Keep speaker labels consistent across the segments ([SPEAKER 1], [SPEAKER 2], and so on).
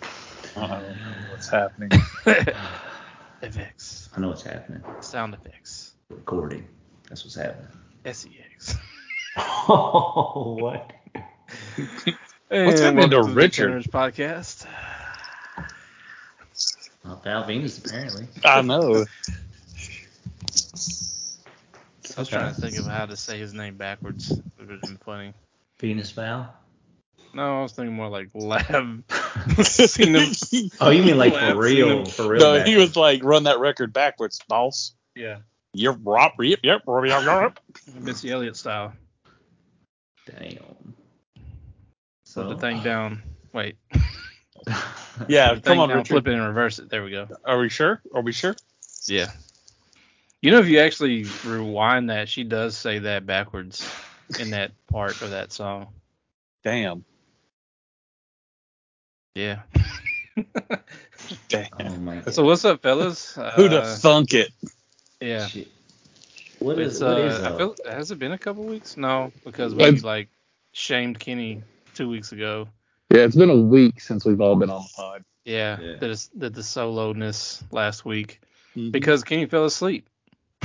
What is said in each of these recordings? [SPEAKER 1] I don't know what's happening.
[SPEAKER 2] Effects.
[SPEAKER 3] I know what's happening.
[SPEAKER 2] Sound effects. E
[SPEAKER 3] Recording. That's what's happening.
[SPEAKER 2] SEX.
[SPEAKER 4] Oh, what?
[SPEAKER 1] What's happening to
[SPEAKER 2] And welcome the
[SPEAKER 1] Richard?
[SPEAKER 2] Degenerates podcast.
[SPEAKER 3] Not Val Venus apparently.
[SPEAKER 1] I know.
[SPEAKER 2] I was trying to think of how to say his name backwards. It would have been funny.
[SPEAKER 3] Venus Val.
[SPEAKER 2] No, I was thinking more like Lav.
[SPEAKER 1] Seen him.
[SPEAKER 3] Oh, you mean like for
[SPEAKER 1] Laugh,
[SPEAKER 3] real?
[SPEAKER 1] seen
[SPEAKER 3] For real?
[SPEAKER 1] No, he
[SPEAKER 3] backwards.
[SPEAKER 1] was like, run that record backwards, boss.
[SPEAKER 2] Yeah.
[SPEAKER 1] You're rop, yep, yep, yep, yep.
[SPEAKER 2] Missy Elliott style.
[SPEAKER 3] Damn.
[SPEAKER 2] Put the thing down. Wait.
[SPEAKER 1] Yeah, come
[SPEAKER 2] The thing
[SPEAKER 1] on,
[SPEAKER 2] down,
[SPEAKER 1] Richard.
[SPEAKER 2] Flip it and reverse it. There we go.
[SPEAKER 1] Are we sure? Are we sure?
[SPEAKER 2] Yeah. You know, if you actually rewind that, she does say that backwards in that part of that song.
[SPEAKER 1] Damn.
[SPEAKER 2] Yeah.
[SPEAKER 1] Damn.
[SPEAKER 3] Oh my god.
[SPEAKER 2] So what's up, fellas? Uh,
[SPEAKER 1] Who'd have thunk it?
[SPEAKER 2] Yeah.
[SPEAKER 3] Shit. What
[SPEAKER 2] It's,
[SPEAKER 3] is
[SPEAKER 2] uh,
[SPEAKER 3] what is
[SPEAKER 2] I
[SPEAKER 3] up?
[SPEAKER 2] feel, has it been a couple weeks? No, because we
[SPEAKER 5] It's-
[SPEAKER 2] like shamed Kenny two weeks ago.
[SPEAKER 5] Yeah, it's been a week since we've all been on the pod.
[SPEAKER 2] Yeah,
[SPEAKER 3] Yeah.
[SPEAKER 2] That is, that the solo-ness last week
[SPEAKER 1] Mhm.
[SPEAKER 2] because Kenny fell asleep.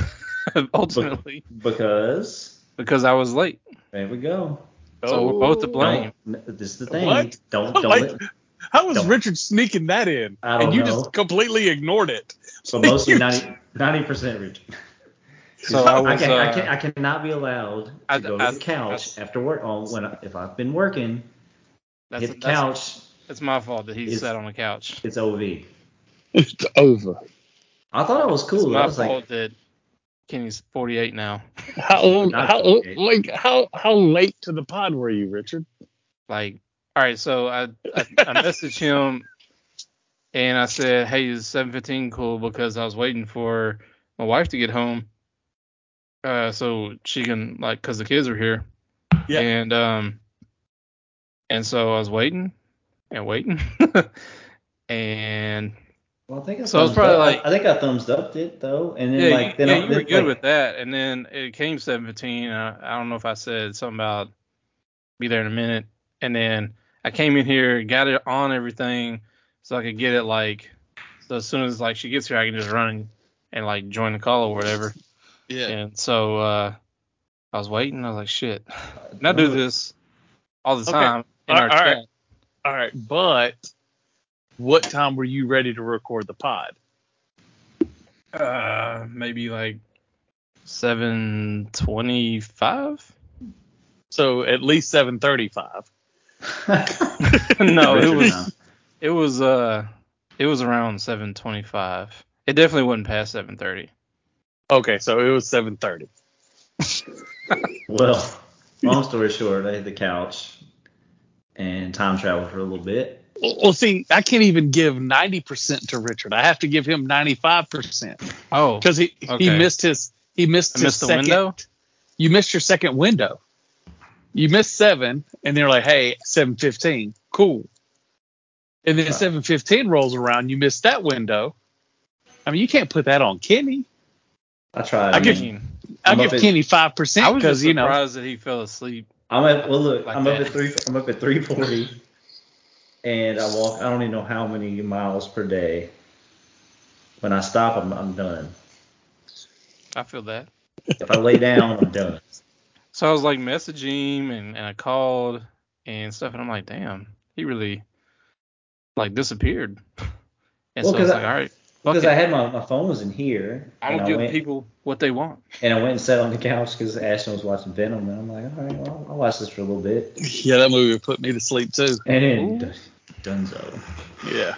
[SPEAKER 2] Ultimately,
[SPEAKER 3] Because
[SPEAKER 2] because I was late,
[SPEAKER 3] there we go.
[SPEAKER 2] so
[SPEAKER 3] Oh.
[SPEAKER 2] we're both to blame.
[SPEAKER 3] Don't- n- this is the thing.
[SPEAKER 1] What?
[SPEAKER 3] Don't don't.
[SPEAKER 1] Like-
[SPEAKER 3] let-
[SPEAKER 1] How was
[SPEAKER 3] Don't-
[SPEAKER 1] Richard sneaking that in?
[SPEAKER 3] I don't
[SPEAKER 1] and you
[SPEAKER 3] know.
[SPEAKER 1] just completely ignored it.
[SPEAKER 3] but mostly
[SPEAKER 1] You-
[SPEAKER 3] 90 percent rich.
[SPEAKER 2] So I was.
[SPEAKER 3] I, can, I,
[SPEAKER 2] uh,
[SPEAKER 3] can, I cannot be allowed to
[SPEAKER 2] I-
[SPEAKER 3] go
[SPEAKER 2] I-
[SPEAKER 3] to the couch after work. On when I, if I've been working,
[SPEAKER 2] that's,
[SPEAKER 3] hit the
[SPEAKER 2] that's,
[SPEAKER 3] couch.
[SPEAKER 2] It's my fault that he
[SPEAKER 3] It's-
[SPEAKER 2] sat on the couch.
[SPEAKER 3] It's OV.
[SPEAKER 5] It's over.
[SPEAKER 3] I thought I was
[SPEAKER 2] It's
[SPEAKER 3] cool. I
[SPEAKER 2] my
[SPEAKER 3] was
[SPEAKER 2] fault
[SPEAKER 3] like,
[SPEAKER 2] that Kenny's 48 now,
[SPEAKER 5] How old?
[SPEAKER 3] Not
[SPEAKER 5] How old?
[SPEAKER 3] okay.
[SPEAKER 5] Like how how late to the pod were you, Richard?
[SPEAKER 2] like, all right. So I I, I messaged him and I said, hey, is 7:15 cool? Because I was waiting for my wife to get home, uh, so she can like, cause the kids are here.
[SPEAKER 1] Yeah.
[SPEAKER 2] And um, and so I was waiting and waiting, and
[SPEAKER 3] well, I think I
[SPEAKER 2] So I was
[SPEAKER 3] thumbs
[SPEAKER 2] probably
[SPEAKER 3] up-
[SPEAKER 2] like-
[SPEAKER 3] I think I thumbs upped it though, and then
[SPEAKER 2] yeah,
[SPEAKER 3] like
[SPEAKER 2] you,
[SPEAKER 3] then
[SPEAKER 2] yeah,
[SPEAKER 3] I,
[SPEAKER 2] you
[SPEAKER 3] then,
[SPEAKER 2] were good
[SPEAKER 3] like,
[SPEAKER 2] with that, and then it came 7:15. I, I don't know if I said something about be there in a minute, and then I came in here, got it on everything, so I could get it like. So as soon as like she gets here, I can just run and, and like join the call or whatever.
[SPEAKER 1] Yeah.
[SPEAKER 2] And so uh, I was waiting. I was like, shit, and I do this all the
[SPEAKER 1] Okay.
[SPEAKER 2] time in
[SPEAKER 1] All-
[SPEAKER 2] our
[SPEAKER 1] all
[SPEAKER 2] chat.
[SPEAKER 1] right. All right, but what time were you ready to record the pod?
[SPEAKER 2] Uh, maybe like 7:25.
[SPEAKER 1] So at least 7:35.
[SPEAKER 2] no, Oh, it
[SPEAKER 3] Richard,
[SPEAKER 2] was.
[SPEAKER 3] no.
[SPEAKER 2] It was uh it was around seven twenty five. It definitely wasn't past seven thirty.
[SPEAKER 1] Okay, so it was 7:30.
[SPEAKER 3] Well, long story short, I hit the couch and time traveled for a little bit.
[SPEAKER 1] Well, well, see, I can't even give 90% to Richard. I have to give him 95%
[SPEAKER 2] Oh
[SPEAKER 1] because he he
[SPEAKER 2] Okay.
[SPEAKER 1] missed his he missed
[SPEAKER 2] I
[SPEAKER 1] his
[SPEAKER 2] missed the
[SPEAKER 1] second,
[SPEAKER 2] window?
[SPEAKER 1] You missed your second window. You missed seven, and they're like, "Hey, 7:15, cool." And then
[SPEAKER 3] Right.
[SPEAKER 1] 7:15 rolls around, you missed that window. I mean, you can't put that on Kenny.
[SPEAKER 3] I tried.
[SPEAKER 1] I
[SPEAKER 3] I
[SPEAKER 1] give-
[SPEAKER 3] mean,
[SPEAKER 1] I
[SPEAKER 3] I'm
[SPEAKER 1] give
[SPEAKER 3] up at-
[SPEAKER 1] Kenny five
[SPEAKER 2] I
[SPEAKER 1] percent
[SPEAKER 2] was just
[SPEAKER 1] because you know.
[SPEAKER 2] surprised that he fell asleep.
[SPEAKER 3] I'm at well look,
[SPEAKER 2] Like
[SPEAKER 3] I'm up
[SPEAKER 2] that.
[SPEAKER 3] at three I'm up at three forty and I walk I don't even know how many miles per day. When I stop I'm I'm done.
[SPEAKER 2] I feel that.
[SPEAKER 3] If I lay down, I'm done.
[SPEAKER 2] So I was like messaging him and, and I called and stuff and I'm like, damn, he really like disappeared. And
[SPEAKER 3] Well,
[SPEAKER 2] so I was
[SPEAKER 3] 'cause
[SPEAKER 2] like,
[SPEAKER 3] I-
[SPEAKER 2] all right, fuck
[SPEAKER 3] Because
[SPEAKER 2] it.
[SPEAKER 3] I had my, my phone was in here.
[SPEAKER 2] I
[SPEAKER 3] and
[SPEAKER 2] don't
[SPEAKER 3] I
[SPEAKER 2] give
[SPEAKER 3] went,
[SPEAKER 2] people what they want.
[SPEAKER 3] and I went and sat on the couch because Ashton was watching Venom and I'm like, all right, well, I'll watch this for a little bit.
[SPEAKER 1] Yeah, that movie put me to sleep too.
[SPEAKER 3] And
[SPEAKER 2] Ooh.
[SPEAKER 3] then Dunzo.
[SPEAKER 1] Yeah,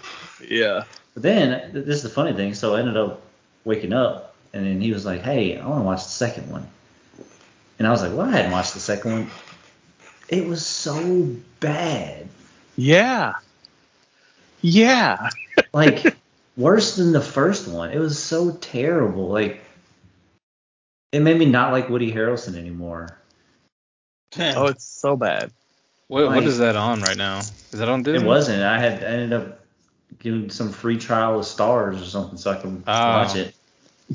[SPEAKER 1] yeah.
[SPEAKER 3] But then th- this is the funny thing. So I ended up waking up, and then he was like, "Hey, I want to watch the second one," and I was like, "Well, I hadn't watched the second one. It was so bad,
[SPEAKER 1] Yeah. Yeah.
[SPEAKER 3] like worse than the first one. It was so terrible. Like it made me not like Woody Harrelson anymore.
[SPEAKER 1] Oh, it's so bad.
[SPEAKER 2] What, what
[SPEAKER 3] Like-
[SPEAKER 2] is that on right now? Is that on Disney?
[SPEAKER 3] It wasn't. I had I ended up giving some free trial of stars or something so I can
[SPEAKER 2] Ah.
[SPEAKER 3] watch it.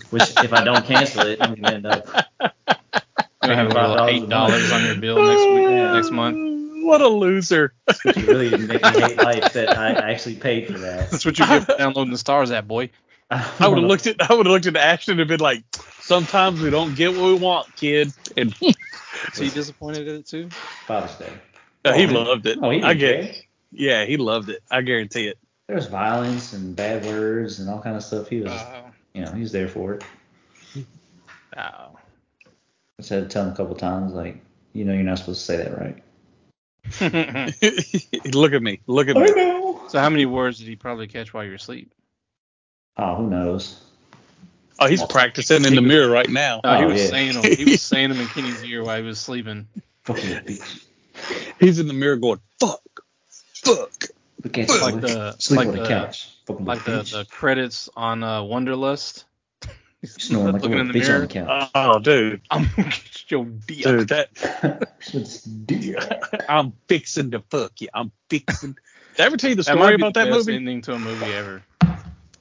[SPEAKER 3] Which if I don't cancel it, I'm gonna end up
[SPEAKER 2] You're gonna have a little
[SPEAKER 3] $5 a
[SPEAKER 2] eight dollars
[SPEAKER 3] month.
[SPEAKER 2] Oh, on your bill next week, next month.
[SPEAKER 1] Ah, What a loser.
[SPEAKER 3] You really make me hate life that I actually paid for that.
[SPEAKER 2] That's what you get for downloading the Stars app, boy.
[SPEAKER 1] I would have looked at I would have looked at Ashton and been like, sometimes we don't get what we want, kid. And
[SPEAKER 2] Is he disappointed at it too?
[SPEAKER 3] Father's Day.
[SPEAKER 1] uh, he loved it.
[SPEAKER 3] Oh, he did.
[SPEAKER 1] I get yeah, he loved it. I guarantee it.
[SPEAKER 3] There was violence and bad words and all kind of stuff. He was,
[SPEAKER 2] Uh.
[SPEAKER 3] you know, he was there for it.
[SPEAKER 2] oh.
[SPEAKER 3] I said tell him a couple times, like, you know, you're not supposed to say that, right?
[SPEAKER 1] Uh-huh.
[SPEAKER 2] so
[SPEAKER 1] look at me. Look at me.
[SPEAKER 3] know.
[SPEAKER 2] how many words did he probably catch while you were asleep?
[SPEAKER 3] Oh, who knows?
[SPEAKER 1] Oh, he's practicing in the mirror right now.
[SPEAKER 2] No, he
[SPEAKER 3] Oh,
[SPEAKER 2] was
[SPEAKER 3] yeah.
[SPEAKER 2] saying them. He was saying them in Kenny's ear while he was sleeping.
[SPEAKER 3] Fucking bitch.
[SPEAKER 1] He's in the mirror going, fuck, fuck.
[SPEAKER 3] We can't
[SPEAKER 2] Like
[SPEAKER 3] sleep,
[SPEAKER 2] the-
[SPEAKER 3] sleep
[SPEAKER 2] like
[SPEAKER 3] on the,
[SPEAKER 2] the-
[SPEAKER 3] couch. Fucking
[SPEAKER 2] Like the,
[SPEAKER 3] bitch.
[SPEAKER 2] the credits on uh, Wonderlust.
[SPEAKER 3] Snoring like a
[SPEAKER 2] looking in
[SPEAKER 3] little
[SPEAKER 2] the
[SPEAKER 3] bitch on
[SPEAKER 2] mirror.
[SPEAKER 3] the couch.
[SPEAKER 1] Oh, dude,
[SPEAKER 2] I'm gonna get your dick.
[SPEAKER 1] dude, that
[SPEAKER 3] It's dear.
[SPEAKER 1] I'm fixing to fuck you. I'm fixing. Did I ever tell you the
[SPEAKER 2] That
[SPEAKER 1] story
[SPEAKER 2] might be
[SPEAKER 1] about
[SPEAKER 2] the
[SPEAKER 1] that
[SPEAKER 2] best
[SPEAKER 1] movie?
[SPEAKER 2] ending to a movie ever.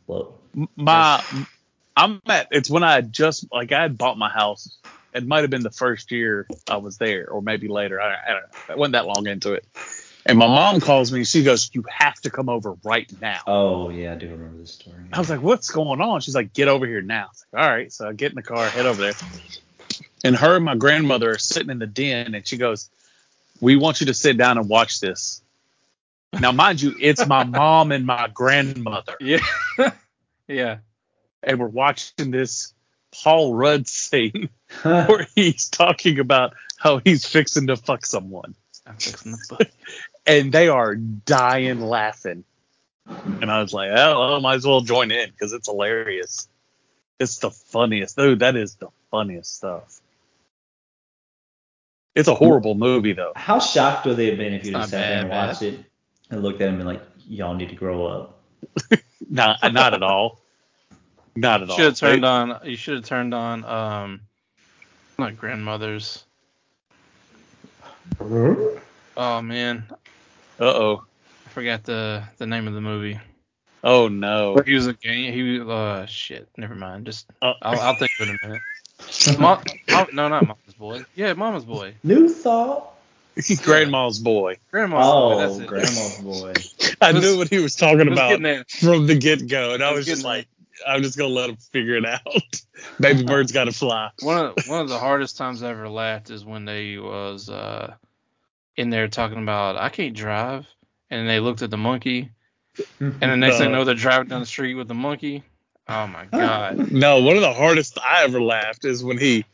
[SPEAKER 3] Whoa.
[SPEAKER 1] M- my I'm at it's when I had just like I had bought my house. It might have been the first year I was there, or maybe later. I, I don't know. It wasn't that long into it. And my mom calls me and she goes, "You have to come over right now."
[SPEAKER 3] Oh, yeah, I do remember this story.
[SPEAKER 1] I was like, "What's going on?" She's like, "Get over here now." I was like, All right, so I get in the car, head over there, and her and my grandmother are sitting in the den, and she goes, "We want you to sit down and watch this." Now, mind you, it's my mom and my grandmother,
[SPEAKER 2] Yeah. yeah.
[SPEAKER 1] and we're watching this Paul Rudd scene
[SPEAKER 3] Huh.
[SPEAKER 1] where he's talking about how he's fixing to fuck someone,
[SPEAKER 2] I'm fixing the butt.
[SPEAKER 1] and they are dying laughing. And I was like, "Oh, I might as well join in because it's hilarious." It's the funniest, dude. That is the funniest stuff. It's a horrible movie, though.
[SPEAKER 3] How shocked would they have been if
[SPEAKER 2] It's
[SPEAKER 3] you just
[SPEAKER 2] not
[SPEAKER 3] sat there and
[SPEAKER 2] bad,
[SPEAKER 3] watched it and looked at him and like, y'all need to grow up?
[SPEAKER 1] Not, not at all. Not at all.
[SPEAKER 2] should have turned
[SPEAKER 1] They-
[SPEAKER 2] on. You should have turned on. Um, not grandmothers. Oh man,
[SPEAKER 1] Uh-oh.
[SPEAKER 2] I forgot the the name of the movie.
[SPEAKER 1] Oh no.
[SPEAKER 2] He was a gang. He was. Uh, shit. Never mind. Just.
[SPEAKER 1] Uh,
[SPEAKER 2] I'll, I'll think of it in a minute. Mom, mom, no, not Mama's Boy. Yeah, Mama's Boy.
[SPEAKER 3] New thought.
[SPEAKER 1] Grandma's boy.
[SPEAKER 2] Grandma's Boy. That's
[SPEAKER 3] Oh,
[SPEAKER 2] it.
[SPEAKER 3] grandma's boy.
[SPEAKER 1] I
[SPEAKER 2] Was-
[SPEAKER 1] knew what he was talking
[SPEAKER 2] It was
[SPEAKER 1] about
[SPEAKER 2] getting there.
[SPEAKER 1] from the get-go, and I
[SPEAKER 2] was
[SPEAKER 1] was just
[SPEAKER 2] getting- Uh-huh.
[SPEAKER 1] like, I'm just gonna let him figure it out. Baby bird's got to fly.
[SPEAKER 2] One of one of the hardest times I ever laughed is when they was uh, in there talking about I can't drive, and they looked at the monkey, and the next thing you know they're driving down the street with the monkey. Oh my god.
[SPEAKER 1] No, one of the hardest I ever laughed is when he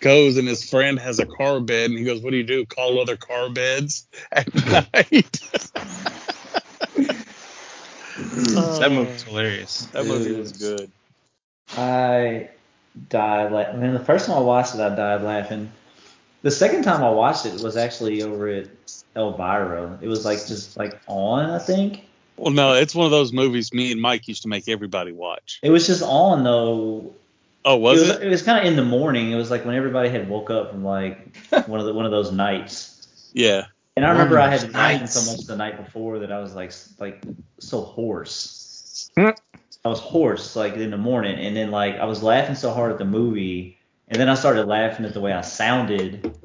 [SPEAKER 1] goes and his friend has a car bed and he goes, What do you do? Call other car beds at night?
[SPEAKER 2] That movie was hilarious.
[SPEAKER 1] That movie was good.
[SPEAKER 3] I died laughing. I mean, the first time I watched it, I died laughing. The second time I watched it was actually over at Elvira. It was like just like on, I think.
[SPEAKER 1] Well, no, it's one of those movies me and Mike used to make everybody watch.
[SPEAKER 3] It was just on though.
[SPEAKER 1] Oh, was
[SPEAKER 3] was,
[SPEAKER 1] it?
[SPEAKER 3] was kind of in the morning. It was like when everybody had woke up from like one of the one of those nights.
[SPEAKER 1] Yeah.
[SPEAKER 3] And I remember I had
[SPEAKER 2] Nice.
[SPEAKER 3] laughed so much the night before that I was like s- like so hoarse.
[SPEAKER 2] Hmm.
[SPEAKER 3] I was hoarse like in the morning, and then like I was laughing so hard at the movie, and then I started laughing at the way I sounded,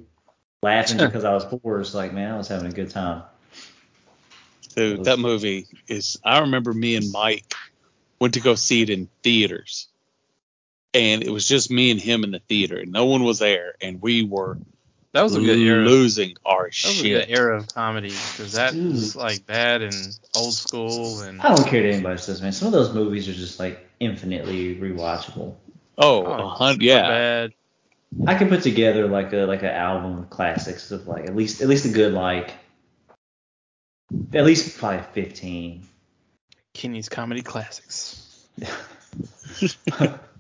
[SPEAKER 3] laughing because I was hoarse. Like man, I was having a good time.
[SPEAKER 1] Dude, that movie is. I remember me and Mike went to go see it in theaters, and it was just me and him in the theater, and no one was there, and we were
[SPEAKER 2] That was a good era. That
[SPEAKER 1] losing our
[SPEAKER 2] was a
[SPEAKER 1] shit.
[SPEAKER 2] good era of comedy because that was like that and old school and
[SPEAKER 3] I don't care to anybody says, man. Some of those movies are just like infinitely rewatchable.
[SPEAKER 1] Oh,
[SPEAKER 2] Oh,
[SPEAKER 1] a hun- yeah.
[SPEAKER 2] bad.
[SPEAKER 3] I can put together like a like an album of classics of like at least at least a good like at least probably fifteen.
[SPEAKER 2] Kenny's comedy classics.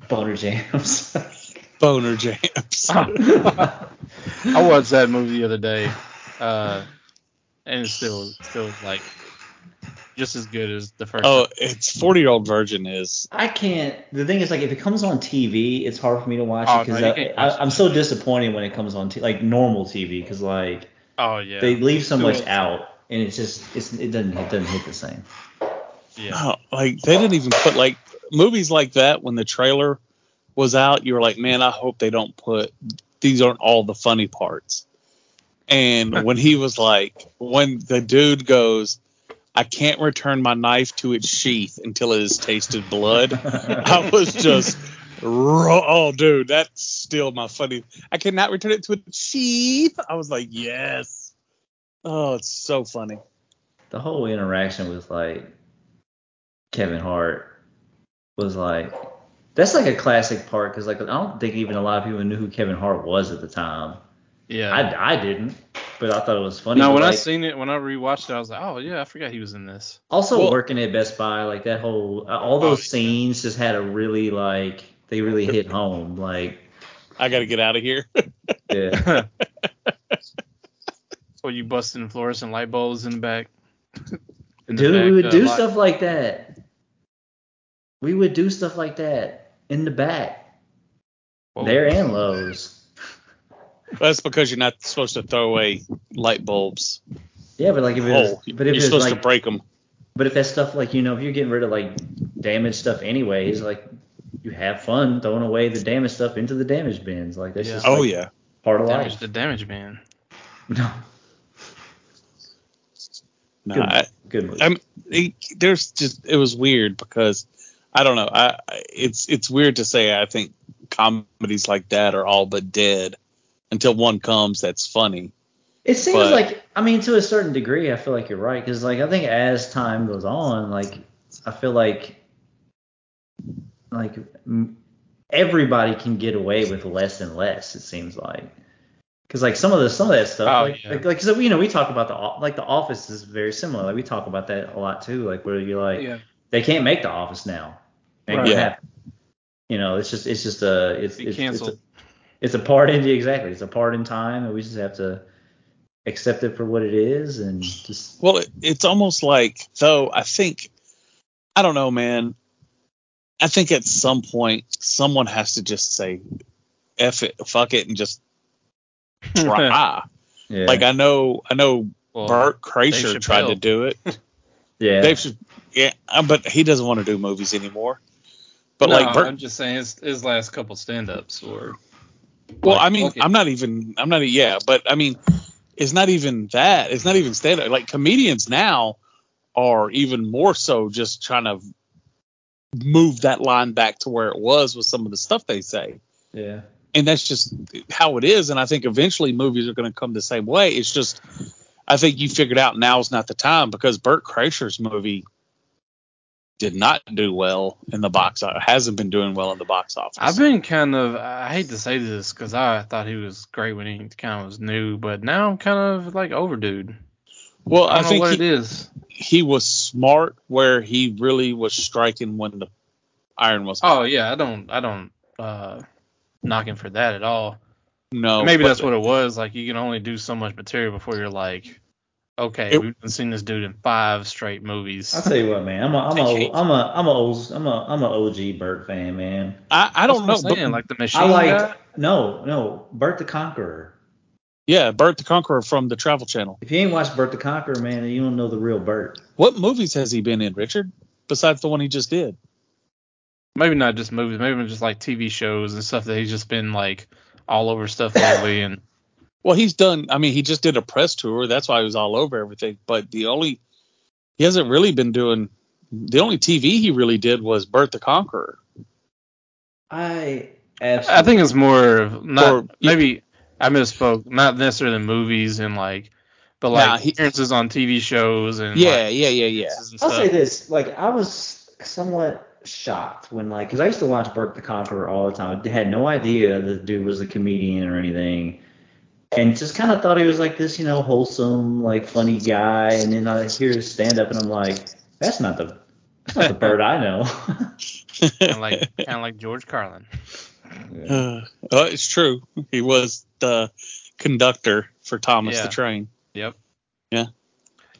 [SPEAKER 3] boner jams.
[SPEAKER 1] Boner jams.
[SPEAKER 2] Oh, I watched that movie the other day, uh, and it's still still like just as good as the first.
[SPEAKER 1] oh, it's 40 year old virgin is.
[SPEAKER 3] I can't. The thing is, like, if it comes on TV, it's hard for me to watch
[SPEAKER 2] Oh,
[SPEAKER 3] it because
[SPEAKER 2] no, you can't watch
[SPEAKER 3] I, I'm so disappointed when it comes on t- like normal TV because like
[SPEAKER 2] Oh yeah,
[SPEAKER 3] they leave so
[SPEAKER 2] Too
[SPEAKER 3] much
[SPEAKER 2] much.
[SPEAKER 3] out and it's just it's, it doesn't it doesn't hit the same.
[SPEAKER 2] yeah.
[SPEAKER 1] Oh, like, they didn't even put, like, movies like that when the trailer was out, you were like, man, I hope they don't put, these aren't all the funny parts. And when he was like, when the dude goes, I can't return my knife to its sheath until it has tasted blood. I was just, ro- oh, dude, that's still my funny. I cannot return it to its sheath. I was like, yes. Oh, it's so funny.
[SPEAKER 3] the whole interaction with like Kevin Hart was like that's like a classic part because like I don't think even a lot of people knew who Kevin Hart was at the time.
[SPEAKER 2] Yeah.
[SPEAKER 3] I, I didn't, but I thought it was funny.
[SPEAKER 2] no,
[SPEAKER 3] but,
[SPEAKER 2] when I
[SPEAKER 3] like,
[SPEAKER 2] seen it, when I rewatched it, I was like, oh yeah, I forgot he was in this.
[SPEAKER 3] also
[SPEAKER 1] Well- Oh,
[SPEAKER 3] working at Best Buy, like that whole uh, all those scenes just had a really like they really hit home. Like
[SPEAKER 1] I got to get out of here.
[SPEAKER 3] yeah,
[SPEAKER 2] Or you busting fluorescent light bulbs in the back. In the
[SPEAKER 3] dude,
[SPEAKER 2] back,
[SPEAKER 3] we would
[SPEAKER 2] uh,
[SPEAKER 3] do
[SPEAKER 2] light-
[SPEAKER 3] stuff like that. We would do stuff like that in the back,
[SPEAKER 2] Whoa.
[SPEAKER 3] there and Lowe's.
[SPEAKER 1] That's because you're not supposed to throw away light bulbs.
[SPEAKER 3] Yeah, but like if it was,
[SPEAKER 1] Oh,
[SPEAKER 3] but
[SPEAKER 1] you're
[SPEAKER 3] if it was
[SPEAKER 1] supposed
[SPEAKER 3] like
[SPEAKER 1] to break them.
[SPEAKER 3] But if that's stuff like you know, if you're getting rid of like damaged stuff anyways, like you have fun throwing away the damaged stuff into the damage bins. Like that's
[SPEAKER 2] Yeah.
[SPEAKER 3] just
[SPEAKER 1] Oh,
[SPEAKER 3] like,
[SPEAKER 1] yeah.
[SPEAKER 3] part of
[SPEAKER 2] Damage
[SPEAKER 3] life.
[SPEAKER 2] the damage man.
[SPEAKER 3] No,
[SPEAKER 1] No,
[SPEAKER 3] good,
[SPEAKER 1] I-
[SPEAKER 3] good movie.
[SPEAKER 1] I'm, it, there's just it was weird because I don't know. I I- it's it's weird to say. I think comedies like that are all but dead until one comes that's funny.
[SPEAKER 3] it seems
[SPEAKER 1] but-
[SPEAKER 3] like I mean to a certain degree, I feel like you're right because like I think as time goes on, like I feel like like m- everybody can get away with less and less. It seems like. Cause like some of the some of that stuff,
[SPEAKER 2] Oh,
[SPEAKER 3] like,
[SPEAKER 2] yeah.
[SPEAKER 3] like like so you know we talk about the o- like the office is very similar. Like we talk about that a lot too. Like where you're like,
[SPEAKER 2] Yeah.
[SPEAKER 3] they can't make the office now. Ain't
[SPEAKER 2] Right.
[SPEAKER 3] gonna
[SPEAKER 1] Yeah.
[SPEAKER 3] happen. You know, it's just it's just a it's
[SPEAKER 2] Be
[SPEAKER 3] it's, it's, a,
[SPEAKER 2] canceled.
[SPEAKER 3] it's a part in exactly it's a part in time, and we just have to accept it for what it is, and just
[SPEAKER 1] Well, it, it's almost like though. I think I don't know, man. I think at some point someone has to just say, "F it, fuck it," and just try.
[SPEAKER 3] yeah,
[SPEAKER 1] Like uh, I know, I know
[SPEAKER 2] Well,
[SPEAKER 1] Bert Kreischer
[SPEAKER 2] Dave
[SPEAKER 1] tried to
[SPEAKER 2] Chappelle.
[SPEAKER 1] do it.
[SPEAKER 3] yeah,
[SPEAKER 1] Dave should, yeah, uh, but he doesn't want to do movies anymore. But
[SPEAKER 2] no,
[SPEAKER 1] like, Bert,
[SPEAKER 2] I'm just saying his, his last couple stand-ups were.
[SPEAKER 1] well,
[SPEAKER 2] like,
[SPEAKER 1] I mean,
[SPEAKER 2] fuck it.
[SPEAKER 1] I'm not even, I'm not, yeah, but I mean, it's not even that. It's not even stand up. Like comedians now are even more so just trying to move that line back to where it was with some of the stuff they say,
[SPEAKER 3] yeah,
[SPEAKER 1] and that's just how it is. And I think eventually movies are going to come the same way. It's just, I think you figured out now's not the time because Bert Kreischer's movie. Did not do well in the box. o- Hasn't been doing well in the box office.
[SPEAKER 2] I've been kind of. I hate to say this because I thought he was great when he kind of was new, but now I'm kind of like over dude.
[SPEAKER 1] well,
[SPEAKER 2] I
[SPEAKER 1] I,
[SPEAKER 2] don't know
[SPEAKER 1] think
[SPEAKER 2] what
[SPEAKER 1] he,
[SPEAKER 2] it is.
[SPEAKER 1] he was smart where he really was striking when the iron was hot.
[SPEAKER 2] Oh yeah, I don't. I don't uh, knock him for that at all.
[SPEAKER 1] No,
[SPEAKER 2] Maybe
[SPEAKER 1] but
[SPEAKER 2] that's what it was. Like you can only do so much material before you're like, okay,
[SPEAKER 1] It-
[SPEAKER 2] we've seen this dude in five straight movies.
[SPEAKER 3] I'll tell you what, man, I'm a I'm
[SPEAKER 1] Appreciate
[SPEAKER 3] a I'm a I'm a old I'm a I'm a OG Burt fan, man.
[SPEAKER 1] I, I don't know.
[SPEAKER 2] That's what I'm
[SPEAKER 1] But,
[SPEAKER 2] saying, like the machine.
[SPEAKER 3] I
[SPEAKER 2] guy?
[SPEAKER 3] like no no Burt the Conqueror.
[SPEAKER 1] yeah, Bert the Conqueror from the Travel Channel.
[SPEAKER 3] If you ain't watched Burt the Conqueror, man, you don't know the real Burt.
[SPEAKER 1] What movies has he been in, Richard? Besides the one he just did,
[SPEAKER 2] maybe not just movies, maybe just like TV shows and stuff that he's just been like all over stuff lately. And
[SPEAKER 1] well, he's done. I mean, he just did a press tour. That's why he was all over everything. But the only he hasn't really been doing. The only TV he really did was Bert the Conqueror.
[SPEAKER 3] I
[SPEAKER 2] I
[SPEAKER 3] absolutely
[SPEAKER 2] think it's more of not
[SPEAKER 1] Or-
[SPEAKER 2] maybe I misspoke, not necessarily movies and like, but like
[SPEAKER 1] Nah, he-
[SPEAKER 2] appearances on TV shows and
[SPEAKER 1] yeah,
[SPEAKER 2] like,
[SPEAKER 1] yeah, yeah, yeah.
[SPEAKER 2] appearances and
[SPEAKER 3] I'll say
[SPEAKER 2] stuff.
[SPEAKER 3] this: like I was somewhat shocked when, like, because I used to watch Burke the Conqueror all the time. I had no idea the dude was a comedian or anything, and just kind of thought he was like this, you know, wholesome, like funny guy. And then I hear his stand up, and I'm like, that's not the that's not the bird I know.
[SPEAKER 2] And like kind of like George Carlin.
[SPEAKER 1] Uh, oh, it's true. He was the conductor for Thomas
[SPEAKER 2] Yeah.
[SPEAKER 1] the Train.
[SPEAKER 2] Yep.
[SPEAKER 1] Yeah.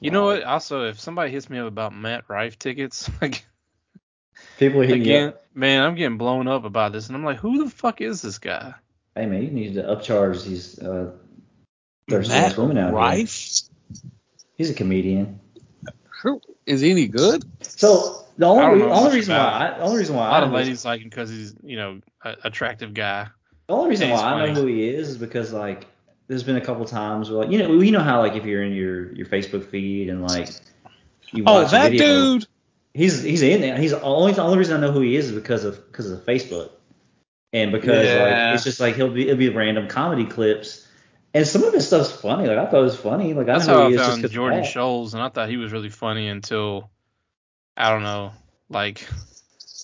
[SPEAKER 2] You know what? Also, if somebody hits me up about Matt Rife tickets, like
[SPEAKER 3] People hear
[SPEAKER 2] again,
[SPEAKER 3] you.
[SPEAKER 2] man, I'm getting blown up about this, and I'm like, who the fuck is this guy?
[SPEAKER 3] Hey man, you need to upcharge these uh, thirsty
[SPEAKER 1] Matt
[SPEAKER 3] ass women out here.
[SPEAKER 1] Rife?
[SPEAKER 3] He's a comedian.
[SPEAKER 1] Who- Is he any good?
[SPEAKER 3] So the
[SPEAKER 2] I
[SPEAKER 3] only,
[SPEAKER 2] don't
[SPEAKER 3] re-
[SPEAKER 2] know
[SPEAKER 3] only
[SPEAKER 2] much
[SPEAKER 3] reason
[SPEAKER 2] about
[SPEAKER 3] why I, the only reason why
[SPEAKER 2] A lot of
[SPEAKER 3] I was-
[SPEAKER 2] ladies like him because he's, you know, a, attractive guy.
[SPEAKER 3] The only reason
[SPEAKER 2] Yeah,
[SPEAKER 3] why
[SPEAKER 2] he's
[SPEAKER 3] I know
[SPEAKER 2] funny.
[SPEAKER 3] who he is is because like there's been a couple times where like you know we know how like if you're in your your Facebook feed and like you
[SPEAKER 1] Oh,
[SPEAKER 3] watch a
[SPEAKER 1] that
[SPEAKER 3] video,
[SPEAKER 1] dude.
[SPEAKER 3] he's he's in there. He's the only the only reason I know who he is is because of because of Facebook, and because
[SPEAKER 1] Yeah.
[SPEAKER 3] like it's just like he'll be it'll be random comedy clips, and some of his stuff's funny. Like I thought it was funny. Like
[SPEAKER 2] That's
[SPEAKER 3] I know
[SPEAKER 2] how
[SPEAKER 3] who
[SPEAKER 2] I
[SPEAKER 3] he is just
[SPEAKER 2] found
[SPEAKER 3] 'cause of
[SPEAKER 2] Jordan
[SPEAKER 3] that.
[SPEAKER 2] Scholes, and I thought he was really funny until I don't know, like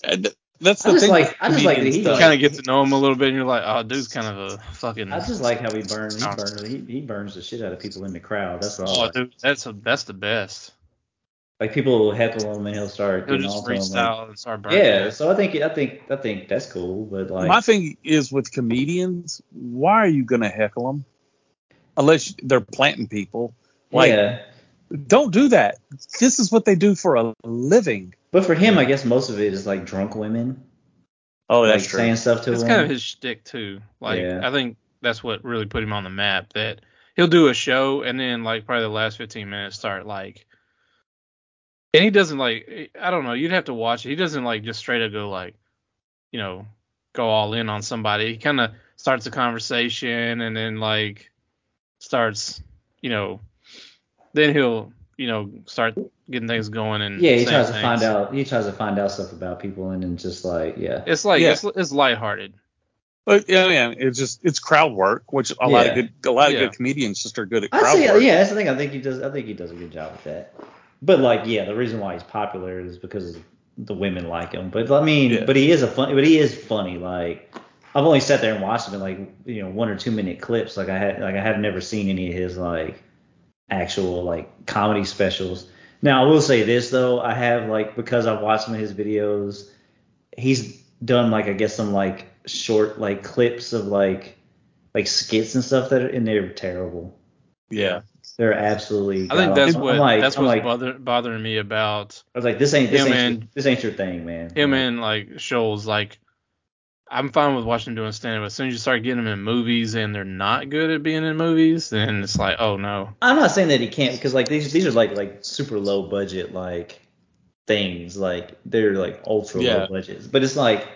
[SPEAKER 1] Uh, th- That's
[SPEAKER 3] I
[SPEAKER 1] the
[SPEAKER 3] just
[SPEAKER 1] thing.
[SPEAKER 3] like- I just like that
[SPEAKER 1] comedians,
[SPEAKER 3] he-
[SPEAKER 1] though.
[SPEAKER 2] you kind of get to know him a little bit, and you're like, oh, dude's kind of a fucking.
[SPEAKER 3] I just like how he burns. He
[SPEAKER 2] No.
[SPEAKER 3] burns. He, he burns the shit out of people in the crowd. That's all.
[SPEAKER 2] Oh,
[SPEAKER 3] Like.
[SPEAKER 2] dude, that's a, that's the best.
[SPEAKER 3] Like, people will heckle him and he'll start.
[SPEAKER 2] He'll
[SPEAKER 3] getting
[SPEAKER 2] just
[SPEAKER 3] off on them, like-
[SPEAKER 2] freestyle and start burning.
[SPEAKER 3] yeah. So I think I think I think that's cool. But like
[SPEAKER 1] My thing is with comedians, why are you gonna heckle them? Unless they're planting people. Like,
[SPEAKER 3] yeah.
[SPEAKER 1] don't do that. This is what they do for a living.
[SPEAKER 3] But for him, I guess most of it is like drunk women.
[SPEAKER 1] Oh,
[SPEAKER 3] like saying stuff to
[SPEAKER 2] That's
[SPEAKER 3] him.
[SPEAKER 2] kind of his shtick too. Like
[SPEAKER 3] Yeah.
[SPEAKER 2] I think that's what really put him on the map. That he'll do a show and then like probably the last 15 minutes start like, and he doesn't like I don't know. You'd have to watch it. He doesn't like just straight up go like, you know, go all in on somebody. He kind of starts a conversation and then like starts, you know, then he'll you know start getting things going and
[SPEAKER 3] yeah, he
[SPEAKER 2] saying
[SPEAKER 3] tries to
[SPEAKER 2] things.
[SPEAKER 3] find out. He tries to find out stuff about people and then just like yeah.
[SPEAKER 2] It's like
[SPEAKER 1] Yeah.
[SPEAKER 2] it's it's lighthearted.
[SPEAKER 1] But yeah, man, it's just it's crowd work, which a lot of
[SPEAKER 3] Yeah.
[SPEAKER 1] good a lot of
[SPEAKER 2] Yeah.
[SPEAKER 1] good comedians just are good at
[SPEAKER 3] I
[SPEAKER 1] crowd
[SPEAKER 3] see.
[SPEAKER 1] work.
[SPEAKER 3] Yeah, that's the thing. I think he does. I think he does a good job with that. But like, yeah, the reason why he's popular is because the women like him. But I mean,
[SPEAKER 1] Yeah.
[SPEAKER 3] but he is a funny. But he is funny. Like, I've only sat there and watched him in like you know one or two minute clips. Like I had like I have never seen any of his like actual like comedy specials. Now I will say this though, I have like because I've watched some of his videos, he's done like I guess some like short like clips of like like skits and stuff that are and they're terrible.
[SPEAKER 1] Yeah.
[SPEAKER 3] They're absolutely.
[SPEAKER 2] I think that's
[SPEAKER 3] I'm
[SPEAKER 2] what
[SPEAKER 3] like-
[SPEAKER 2] that's
[SPEAKER 3] I'm
[SPEAKER 2] what's
[SPEAKER 3] like,
[SPEAKER 2] bother, bothering me about
[SPEAKER 3] I was like, this ain't this
[SPEAKER 2] him
[SPEAKER 3] ain't
[SPEAKER 2] and-
[SPEAKER 3] your, this ain't your thing, man.
[SPEAKER 2] him and like Scholes. Like, I'm fine with watching him doing stand up. As soon as you start getting him in movies and they're not good at being in movies, then it's like, oh no.
[SPEAKER 3] I'm not saying that he can't because like these these are like like super low budget like things like they're like ultra
[SPEAKER 1] Yeah.
[SPEAKER 3] low budgets, but it's like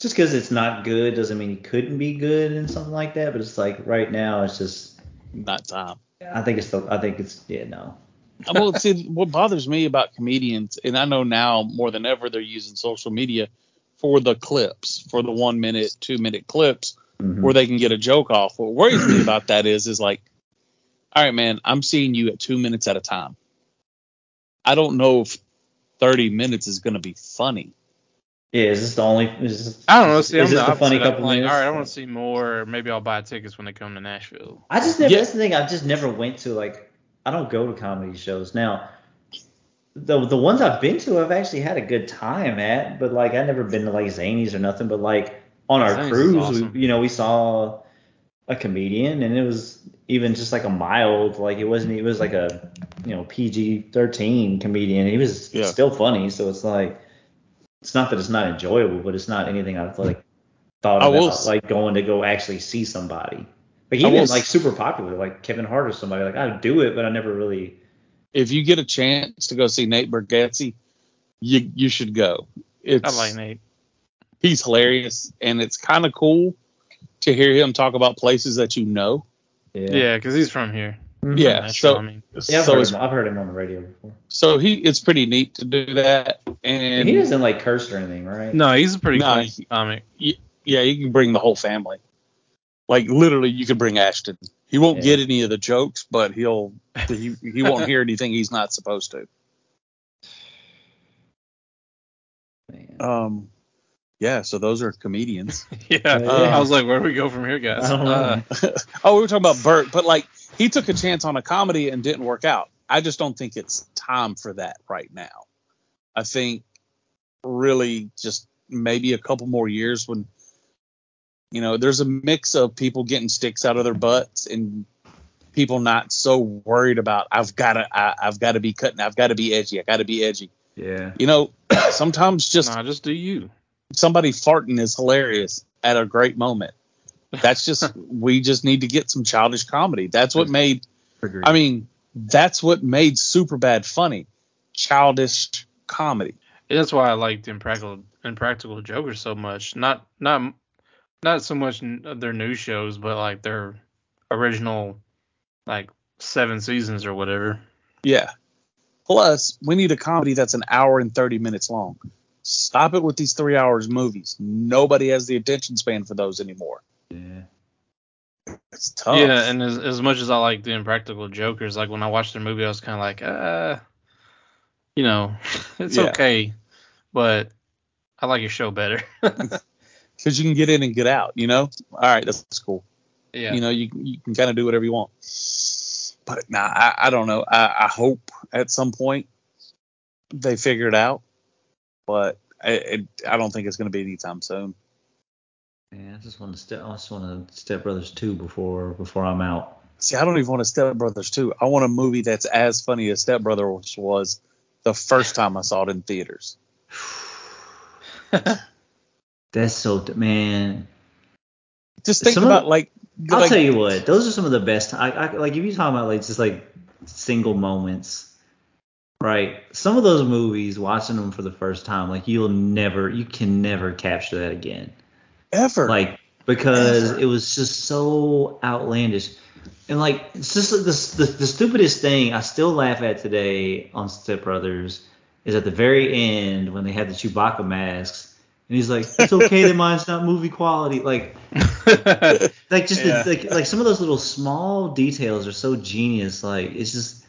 [SPEAKER 3] just because it's not good doesn't mean he couldn't be good and something like that. But it's like right now it's just
[SPEAKER 1] Not time.
[SPEAKER 3] I think it's the I think it's yeah no
[SPEAKER 1] well, see, what bothers me about comedians, and I know now more than ever they're using social media for the clips, for the one minute, two minute clips
[SPEAKER 3] Mhm.
[SPEAKER 1] where they can get a joke off. What worries me about that is, is like, all right, man, I'm seeing you at two minutes at a time. I don't know if 30 minutes is going to be funny.
[SPEAKER 3] yeah is this the only is this,
[SPEAKER 2] I don't know. See,
[SPEAKER 3] is
[SPEAKER 2] I'm
[SPEAKER 3] this
[SPEAKER 2] the
[SPEAKER 3] the funny
[SPEAKER 2] opposite. I'm
[SPEAKER 3] couple
[SPEAKER 2] like, all
[SPEAKER 3] minutes?
[SPEAKER 2] right, I want to see more. Maybe I'll buy tickets when they come to Nashville.
[SPEAKER 3] I just never.
[SPEAKER 1] Yeah.
[SPEAKER 3] That's the thing. I just never went to like. I don't go to comedy shows now. The the ones I've been to, I've actually had a good time at. But like, I've never been to like Zanies or nothing. But like on our
[SPEAKER 2] Zanies is
[SPEAKER 3] cruise,
[SPEAKER 2] awesome.
[SPEAKER 3] we, you know, we saw a comedian, and it was even just like a mild, like it wasn't. It was like a you know PG thirteen comedian. He was
[SPEAKER 1] Yeah.
[SPEAKER 3] still funny, so it's like it's not that it's not enjoyable, but it's not anything I've like thought
[SPEAKER 1] I
[SPEAKER 3] about
[SPEAKER 1] will s-
[SPEAKER 3] like going to go actually see somebody. Like
[SPEAKER 1] I
[SPEAKER 3] even
[SPEAKER 1] will s-
[SPEAKER 3] like super popular, like Kevin Hart or somebody. Like I do it, but I never really.
[SPEAKER 1] If you get a chance to go see Nate Bargatze, you you should go.
[SPEAKER 2] I
[SPEAKER 1] It's
[SPEAKER 2] like Nate.
[SPEAKER 1] he's hilarious and it's kind of cool to hear him talk about places that you know.
[SPEAKER 2] Yeah, because he's from here.
[SPEAKER 3] Mhm.
[SPEAKER 1] Yeah,
[SPEAKER 2] Nashville,
[SPEAKER 1] so-
[SPEAKER 2] I mean,
[SPEAKER 3] Yeah, I've,
[SPEAKER 1] so
[SPEAKER 3] heard
[SPEAKER 1] it's
[SPEAKER 3] him, I've heard him on the radio before.
[SPEAKER 1] so he it's pretty neat to do that and
[SPEAKER 3] he doesn't like curse or anything, right?
[SPEAKER 2] no, he's a pretty
[SPEAKER 1] No,
[SPEAKER 2] funny
[SPEAKER 1] he-
[SPEAKER 2] comic.
[SPEAKER 1] yeah, you can bring the whole family. Like literally you could bring Ashton. He won't
[SPEAKER 3] Yeah.
[SPEAKER 1] get any of the jokes, but he'll he, he won't hear anything he's not supposed to.
[SPEAKER 3] Man.
[SPEAKER 1] Um yeah, so those are comedians.
[SPEAKER 2] yeah,
[SPEAKER 3] yeah.
[SPEAKER 2] I was like, where do we go from here, guys?
[SPEAKER 3] I don't know.
[SPEAKER 2] Uh,
[SPEAKER 1] oh, we were talking about Bert, but like he took a chance on a comedy and didn't work out. I just don't think it's time for that right now. I think really just maybe a couple more years when you know there's a mix of people getting sticks out of their butts and people not so worried about I've got to I've got to be cutting I've got to be edgy I got to be edgy.
[SPEAKER 3] yeah.
[SPEAKER 1] You know, sometimes just
[SPEAKER 2] nah, just do you.
[SPEAKER 1] somebody farting is hilarious at a great moment. That's just we just need to get some childish comedy. That's what made I mean, that's what made Superbad funny. Childish comedy.
[SPEAKER 2] And that's why I liked Impractical Impractical Jokers so much. Not not not so much n- their new shows, but like their original like seven seasons or whatever.
[SPEAKER 1] Yeah. Plus, we need a comedy that's an hour and 30 minutes long. Stop it with these three hours movies. Nobody has the attention span for those anymore.
[SPEAKER 3] Yeah.
[SPEAKER 1] It's tough.
[SPEAKER 2] Yeah, and as, as much as I like the Impractical Jokers, like when I watched their movie, I was kind of like, uh, you know, it's
[SPEAKER 1] Yeah.
[SPEAKER 2] okay, but I like your show better.
[SPEAKER 1] because you can get in and get out. You know, all right, that's, that's cool.
[SPEAKER 2] yeah.
[SPEAKER 1] You know, you you can kind of do whatever you want. But nah, I, I don't know. I, I hope at some point they figure it out, but I, it, I don't think it's going to be anytime soon.
[SPEAKER 3] Yeah, I just want to step. I just want to Step Brothers two before before I'm out.
[SPEAKER 1] See, I don't even want a Step Brothers too. I want a movie that's as funny as Step Brothers was the first time I saw it in theaters.
[SPEAKER 3] That's so d- man.
[SPEAKER 1] Just think
[SPEAKER 3] Some of-
[SPEAKER 1] about like,
[SPEAKER 3] I'll
[SPEAKER 1] like
[SPEAKER 3] tell you what, those are some of the best. I, I like if you talk about like just like single moments, right? Some of those movies, watching them for the first time, like you'll never, you can never capture that again.
[SPEAKER 1] ever.
[SPEAKER 3] Like because it was just so outlandish, and like it's just like this the, the stupidest thing I still laugh at today on Step Brothers is at the very end when they had the Chewbacca masks, and he's like, "It's okay that mine's not movie quality." Like like just
[SPEAKER 1] Yeah.
[SPEAKER 3] the, like like some of those little small details are so genius like it's just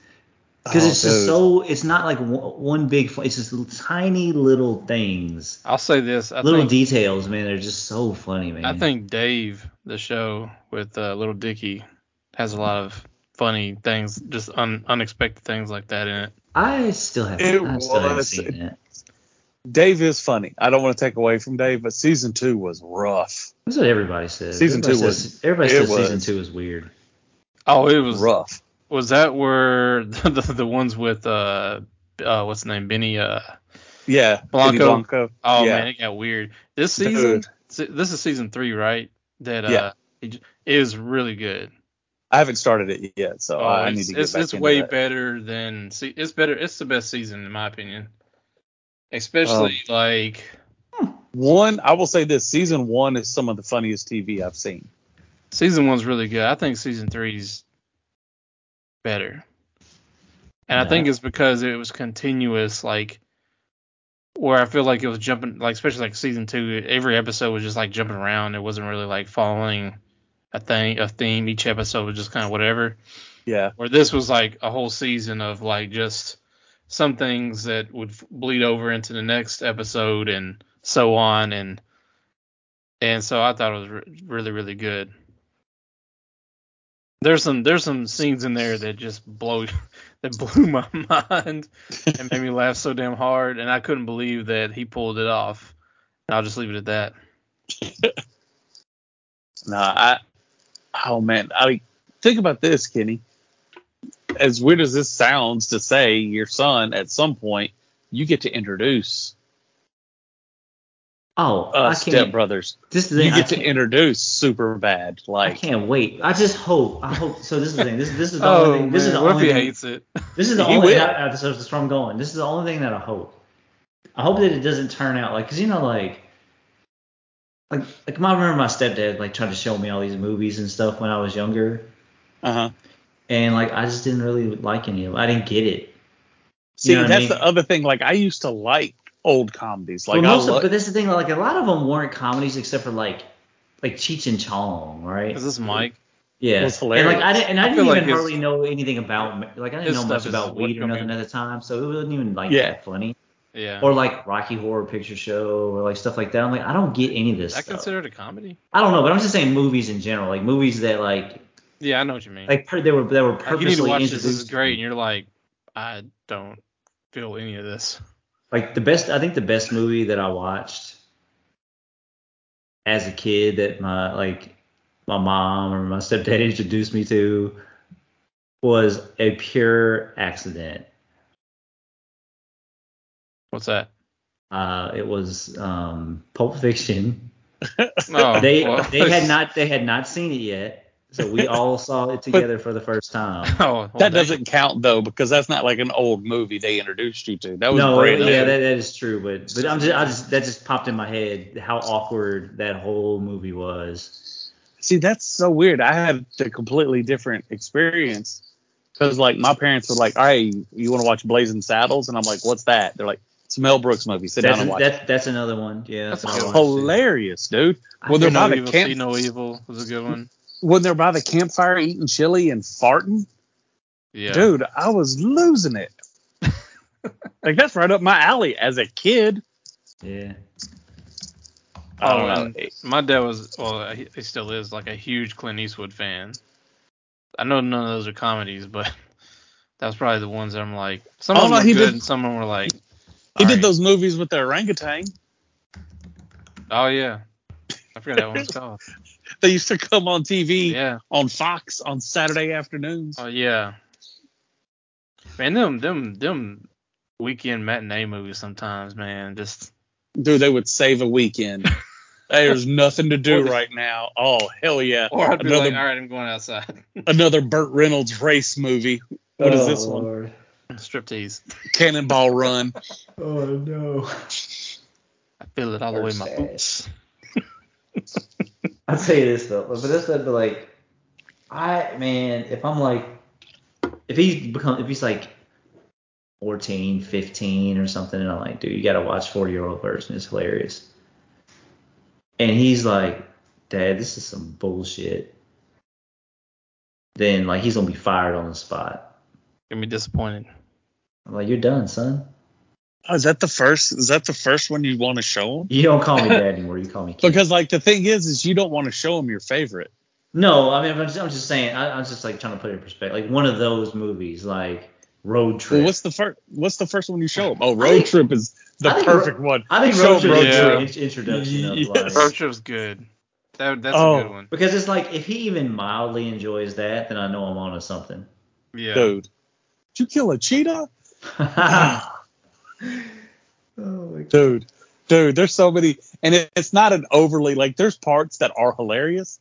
[SPEAKER 3] because
[SPEAKER 1] Oh,
[SPEAKER 3] it's just
[SPEAKER 1] dude.
[SPEAKER 3] so it's not like one, one big fu- it's just little tiny little things
[SPEAKER 2] I'll say this. I
[SPEAKER 3] little
[SPEAKER 2] think,
[SPEAKER 3] details man they're just so funny man
[SPEAKER 2] I think Dave, the show with uh, Little Dicky, has a lot of funny things, just un- unexpected things like that in it.
[SPEAKER 3] i still have
[SPEAKER 1] It
[SPEAKER 3] i still haven't
[SPEAKER 1] was-
[SPEAKER 3] seen it
[SPEAKER 1] Dave is funny. I don't want to take away from Dave, but season two was rough.
[SPEAKER 3] that's what everybody says
[SPEAKER 1] Season
[SPEAKER 3] everybody
[SPEAKER 1] two
[SPEAKER 3] says, everybody
[SPEAKER 1] it
[SPEAKER 3] says season
[SPEAKER 1] was-
[SPEAKER 3] two is weird
[SPEAKER 2] Oh, it was
[SPEAKER 1] rough.
[SPEAKER 2] was that where the the, the ones with uh, uh what's the name Benny uh
[SPEAKER 1] Yeah,
[SPEAKER 2] Blanco.
[SPEAKER 1] Benny Blanco.
[SPEAKER 2] oh
[SPEAKER 1] yeah.
[SPEAKER 2] man it got weird this season se- this is season three right that uh
[SPEAKER 1] Yeah.
[SPEAKER 2] it j- it is really good
[SPEAKER 1] I haven't started it yet, so
[SPEAKER 2] oh
[SPEAKER 1] I I need
[SPEAKER 2] it's
[SPEAKER 1] to get
[SPEAKER 2] it's,
[SPEAKER 1] back
[SPEAKER 2] it's
[SPEAKER 1] into
[SPEAKER 2] way
[SPEAKER 1] that.
[SPEAKER 2] better than see it's better it's the best season in my opinion especially
[SPEAKER 1] Um,
[SPEAKER 2] like
[SPEAKER 1] One, I will say this: season one is some of the funniest TV I've seen.
[SPEAKER 2] season one's really good I think season three's better and I
[SPEAKER 3] Nah.
[SPEAKER 2] think it's because it was continuous like where I feel like it was jumping, like especially like season two, every episode was just like jumping around. It wasn't really like following a thing, a theme. Each episode was just kind of whatever.
[SPEAKER 1] Yeah,
[SPEAKER 2] Where this was like a whole season of like just some things that would f- bleed over into the next episode and so on and and so I thought it was re- really really good. There's some there's some scenes in there that just blow that blew my mind and made me laugh so damn hard and I couldn't believe that he pulled it off. And I'll just leave it at that.
[SPEAKER 1] nah, I. Oh man, I mean, think about this, Kenny. As weird as this sounds to say, your son at some point you get to introduce
[SPEAKER 3] oh
[SPEAKER 1] uh,
[SPEAKER 3] i can't
[SPEAKER 1] Step Brothers.
[SPEAKER 3] this is the
[SPEAKER 1] You
[SPEAKER 3] thing, I
[SPEAKER 1] get to
[SPEAKER 3] can't-
[SPEAKER 1] introduce Super Bad.
[SPEAKER 3] I
[SPEAKER 1] Like
[SPEAKER 3] can't wait. I just hope. I hope. So this is the thing. This, this is the
[SPEAKER 2] Oh,
[SPEAKER 3] only thing. This is the
[SPEAKER 2] man, what if
[SPEAKER 3] only
[SPEAKER 2] he
[SPEAKER 3] thing.
[SPEAKER 2] hates it?
[SPEAKER 3] This is the
[SPEAKER 1] He
[SPEAKER 3] only.
[SPEAKER 1] will.
[SPEAKER 3] That, that's that's where I'm going. This is the only thing that I hope. I hope that it doesn't turn out like, cause you know, like, like, like I remember my stepdad like trying to show me all these movies and stuff when I was younger,
[SPEAKER 1] Uh
[SPEAKER 3] Uh-huh.
[SPEAKER 1] huh.
[SPEAKER 3] and like I just didn't really like any of. them. I didn't get it.
[SPEAKER 1] See,
[SPEAKER 3] know what I
[SPEAKER 1] that's
[SPEAKER 3] mean?
[SPEAKER 1] the other thing. Like I used to like old comedies. Like
[SPEAKER 3] Well,
[SPEAKER 1] I
[SPEAKER 3] most of-
[SPEAKER 1] lo-
[SPEAKER 3] but that's the thing. Like a lot of them weren't comedies except for like, like Cheech and Chong, right?
[SPEAKER 2] Is this Mike?
[SPEAKER 3] Yeah,
[SPEAKER 1] was hilarious.
[SPEAKER 3] And like I didn't, and I
[SPEAKER 2] I
[SPEAKER 3] didn't
[SPEAKER 2] feel
[SPEAKER 3] even
[SPEAKER 2] like his-
[SPEAKER 3] hardly know anything about like I didn't
[SPEAKER 2] his
[SPEAKER 3] know
[SPEAKER 2] stuff
[SPEAKER 3] much
[SPEAKER 2] is
[SPEAKER 3] about
[SPEAKER 2] what
[SPEAKER 3] weed or
[SPEAKER 2] come
[SPEAKER 3] nothing
[SPEAKER 2] in.
[SPEAKER 3] at the time, so it wasn't even like
[SPEAKER 1] Yeah.
[SPEAKER 3] that funny.
[SPEAKER 2] Yeah.
[SPEAKER 3] Or like Rocky Horror Picture Show or like stuff like that. I'm like I don't get any of this
[SPEAKER 2] Is that
[SPEAKER 3] stuff.
[SPEAKER 2] considered a comedy?
[SPEAKER 3] I don't know, but I'm just saying movies in general, like movies that like
[SPEAKER 2] Yeah, I know what you mean.
[SPEAKER 3] like per- they were they were
[SPEAKER 2] Like, you need to
[SPEAKER 3] purposely
[SPEAKER 2] watch this.
[SPEAKER 3] introduced.
[SPEAKER 2] This is great. And you're like, I don't feel any of this.
[SPEAKER 3] Like the best, I think the best movie that I watched as a kid that my like my mom or my stepdad introduced me to was a pure accident.
[SPEAKER 2] What's that?
[SPEAKER 3] Uh, it was um, Pulp Fiction.
[SPEAKER 2] Oh,
[SPEAKER 3] they
[SPEAKER 2] well,
[SPEAKER 3] they had not they had not seen it yet, so we all saw it together for the first time.
[SPEAKER 2] Oh, well,
[SPEAKER 1] that
[SPEAKER 2] damn.
[SPEAKER 1] doesn't count though because that's not like an old movie they introduced you to. That was
[SPEAKER 3] No,
[SPEAKER 1] brand
[SPEAKER 3] yeah,
[SPEAKER 1] new.
[SPEAKER 3] that, that is true, but but I'm just I just that just popped in my head how awkward that whole movie was.
[SPEAKER 1] See, that's so weird. I had a completely different experience because, like, my parents were like, "All right, you want to watch Blazing Saddles?" And I'm like, "What's that?" They're like, "It's a Mel Brooks movie. Sit
[SPEAKER 3] That's,
[SPEAKER 1] down and watch." it."
[SPEAKER 3] that, that's another one. Yeah, that's,
[SPEAKER 2] That's a
[SPEAKER 3] another
[SPEAKER 2] good
[SPEAKER 3] one.
[SPEAKER 1] Hilarious, dude. When
[SPEAKER 2] Fear
[SPEAKER 1] Oh, they're
[SPEAKER 2] no
[SPEAKER 1] by the
[SPEAKER 2] evil, see
[SPEAKER 1] camp,
[SPEAKER 2] no evil was a good one.
[SPEAKER 1] when they're by the campfire eating chili and farting,
[SPEAKER 2] Yeah.
[SPEAKER 1] dude, I was losing it. like that's right up my alley as a kid.
[SPEAKER 3] Yeah.
[SPEAKER 1] I
[SPEAKER 2] Oh,
[SPEAKER 1] don't
[SPEAKER 2] and
[SPEAKER 1] know.
[SPEAKER 2] my dad was, well, he, he still is, like a huge Clint Eastwood fan. I know none of those are comedies, but that was probably the ones that I'm like. Some
[SPEAKER 1] Oh,
[SPEAKER 2] of them
[SPEAKER 1] no,
[SPEAKER 2] were
[SPEAKER 1] he
[SPEAKER 2] good,
[SPEAKER 1] did-
[SPEAKER 2] and some of them were like.
[SPEAKER 1] He did
[SPEAKER 2] alright.
[SPEAKER 1] those movies with the orangutan.
[SPEAKER 2] Oh yeah, I forgot that one's called.
[SPEAKER 1] They used to come on TV
[SPEAKER 2] Yeah.
[SPEAKER 1] on Fox on Saturday afternoons.
[SPEAKER 2] Oh yeah. Man, them them them weekend matinee movies sometimes, man. Just
[SPEAKER 1] Dude, they would save a weekend. There's nothing to
[SPEAKER 2] Or
[SPEAKER 1] do
[SPEAKER 2] the-
[SPEAKER 1] right now. Oh hell yeah!
[SPEAKER 2] or I'd be
[SPEAKER 1] another
[SPEAKER 2] like, all right, I'm going outside.
[SPEAKER 1] another Burt Reynolds race movie. What is
[SPEAKER 3] Oh,
[SPEAKER 1] this one?
[SPEAKER 2] Striptease.
[SPEAKER 1] Cannonball Run.
[SPEAKER 3] Oh no.
[SPEAKER 2] I feel it all the way in my
[SPEAKER 3] Thursday.
[SPEAKER 2] boots.
[SPEAKER 3] I'll tell you this though, but this but like, I man, if I'm like, if he's become, if he's like 14, 15 or something, and I'm like, dude, you gotta watch 40 year old version, it's hilarious. And he's like, Dad, this is some bullshit. Then like he's gonna be fired on the spot.
[SPEAKER 2] Gonna be disappointed.
[SPEAKER 3] I'm like, you're done, son.
[SPEAKER 1] Oh, is that the first? Is that the first one you want to show them?
[SPEAKER 3] You don't call me dad anymore. You call me kid.
[SPEAKER 1] Because like the thing is, is you don't want to show them your favorite.
[SPEAKER 3] No, I mean, I'm just, I'm just saying. I, I'm just like trying to put it in perspective. Like one of those movies, like Road Trip.
[SPEAKER 1] Well, what's the first? What's the first one you show them? Oh, Road Trip is the
[SPEAKER 3] I think
[SPEAKER 1] perfect one.
[SPEAKER 3] I think
[SPEAKER 1] Show
[SPEAKER 3] Road
[SPEAKER 1] 'em
[SPEAKER 3] Trip is a
[SPEAKER 2] Road
[SPEAKER 3] good
[SPEAKER 2] Trip.
[SPEAKER 3] int- introduction of
[SPEAKER 1] Yes.
[SPEAKER 2] Road
[SPEAKER 3] like
[SPEAKER 2] Trip's good. That that's
[SPEAKER 1] Oh.
[SPEAKER 2] a good one.
[SPEAKER 3] because it's like if he even mildly enjoys that, then I know I'm onto something.
[SPEAKER 2] Yeah.
[SPEAKER 1] Dude, did you kill a cheetah?
[SPEAKER 2] Ah.
[SPEAKER 3] oh
[SPEAKER 1] dude dude there's so many and it, it's not an overly like there's parts that are hilarious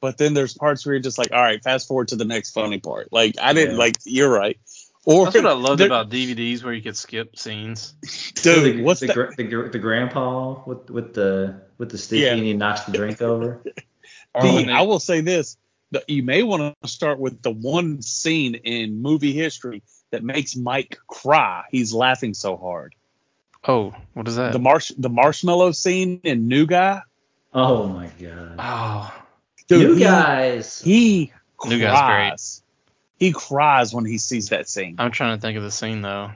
[SPEAKER 1] but then there's parts where you're just like all right fast forward to the next funny part like i didn't
[SPEAKER 3] Yeah.
[SPEAKER 1] like you're right or
[SPEAKER 2] That's what I loved
[SPEAKER 1] there-
[SPEAKER 2] about DVDs where you could skip scenes.
[SPEAKER 1] dude
[SPEAKER 3] the,
[SPEAKER 1] what's
[SPEAKER 3] the,
[SPEAKER 1] that
[SPEAKER 3] gra- the, gr- the grandpa with with the with the sticky
[SPEAKER 1] Yeah.
[SPEAKER 3] and he knocks the drink over.
[SPEAKER 2] Or
[SPEAKER 1] the-
[SPEAKER 2] when they-
[SPEAKER 1] i will say this the, you may want to start with the one scene in movie history that makes mike cry he's laughing so hard
[SPEAKER 2] oh, what is that?
[SPEAKER 1] the marsh the marshmallow scene in new guy
[SPEAKER 3] Oh my god.
[SPEAKER 2] oh,
[SPEAKER 1] dude
[SPEAKER 3] you
[SPEAKER 1] he-
[SPEAKER 3] guys.
[SPEAKER 1] he
[SPEAKER 2] New Guy's great.
[SPEAKER 1] cries he cries when he sees that scene
[SPEAKER 2] I'm trying to think of the scene though.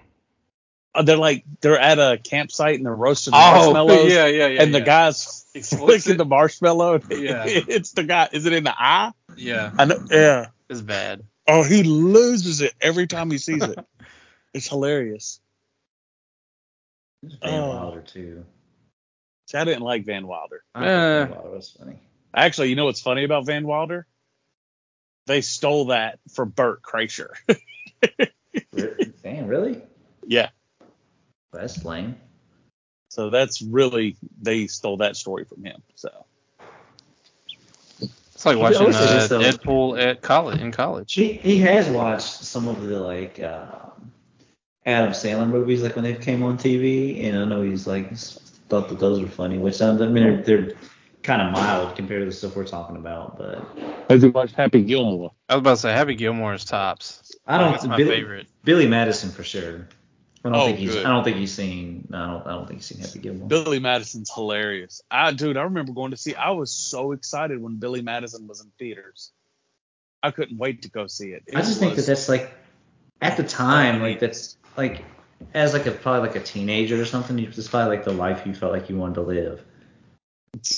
[SPEAKER 1] Uh, they're like they're at a campsite and they're roasting Oh, marshmallows.
[SPEAKER 2] Oh, yeah, yeah, yeah.
[SPEAKER 1] and the guy's
[SPEAKER 2] He flicks
[SPEAKER 1] flicking
[SPEAKER 2] it.
[SPEAKER 1] the marshmallow.
[SPEAKER 2] Yeah.
[SPEAKER 1] it's the guy. Is it in the eye?
[SPEAKER 2] yeah,
[SPEAKER 1] I know. Yeah.
[SPEAKER 2] it's bad.
[SPEAKER 1] Oh, he loses it every time he sees it. it's hilarious.
[SPEAKER 3] Van
[SPEAKER 1] oh.
[SPEAKER 3] Wilder too.
[SPEAKER 1] See, I didn't like Van Wilder.
[SPEAKER 3] I thought Van
[SPEAKER 2] Eh.
[SPEAKER 3] Wilder was funny.
[SPEAKER 1] Actually, you know what's funny about Van Wilder? They stole that from Burt Kreischer.
[SPEAKER 3] Re- Damn, really?
[SPEAKER 1] yeah.
[SPEAKER 3] That's lame.
[SPEAKER 1] So that's really they stole that story from him. So
[SPEAKER 2] It's like
[SPEAKER 3] I wish
[SPEAKER 2] watching
[SPEAKER 3] it
[SPEAKER 2] uh,
[SPEAKER 3] was so-
[SPEAKER 2] Deadpool at college in college.
[SPEAKER 3] He, he has watched some of the like um Adam Sandler movies, like when they came on TV, and I know he's like s- thought that those were funny. Which I mean, they're, they're kind of mild compared to the stuff we're talking about, but
[SPEAKER 5] Has he watched Happy Gilmore?
[SPEAKER 2] I was about to say Happy Gilmore is tops.
[SPEAKER 3] I don't.
[SPEAKER 2] That's my
[SPEAKER 3] Billy,
[SPEAKER 2] favorite.
[SPEAKER 3] Billy Madison for sure. I don't
[SPEAKER 1] Oh,
[SPEAKER 3] think he's.
[SPEAKER 1] good.
[SPEAKER 3] I don't think he's seen. no, I don't. I don't think he's seen Happy Gilmore.
[SPEAKER 1] Billy Madison's hilarious. I dude, I remember going to see. I was so excited when Billy Madison was in theaters. I couldn't wait to go see it. It
[SPEAKER 3] I just think that
[SPEAKER 1] was-
[SPEAKER 3] that's like at the time, like that's like as like a probably like a teenager or something. you It's probably like the life you felt like you wanted to live.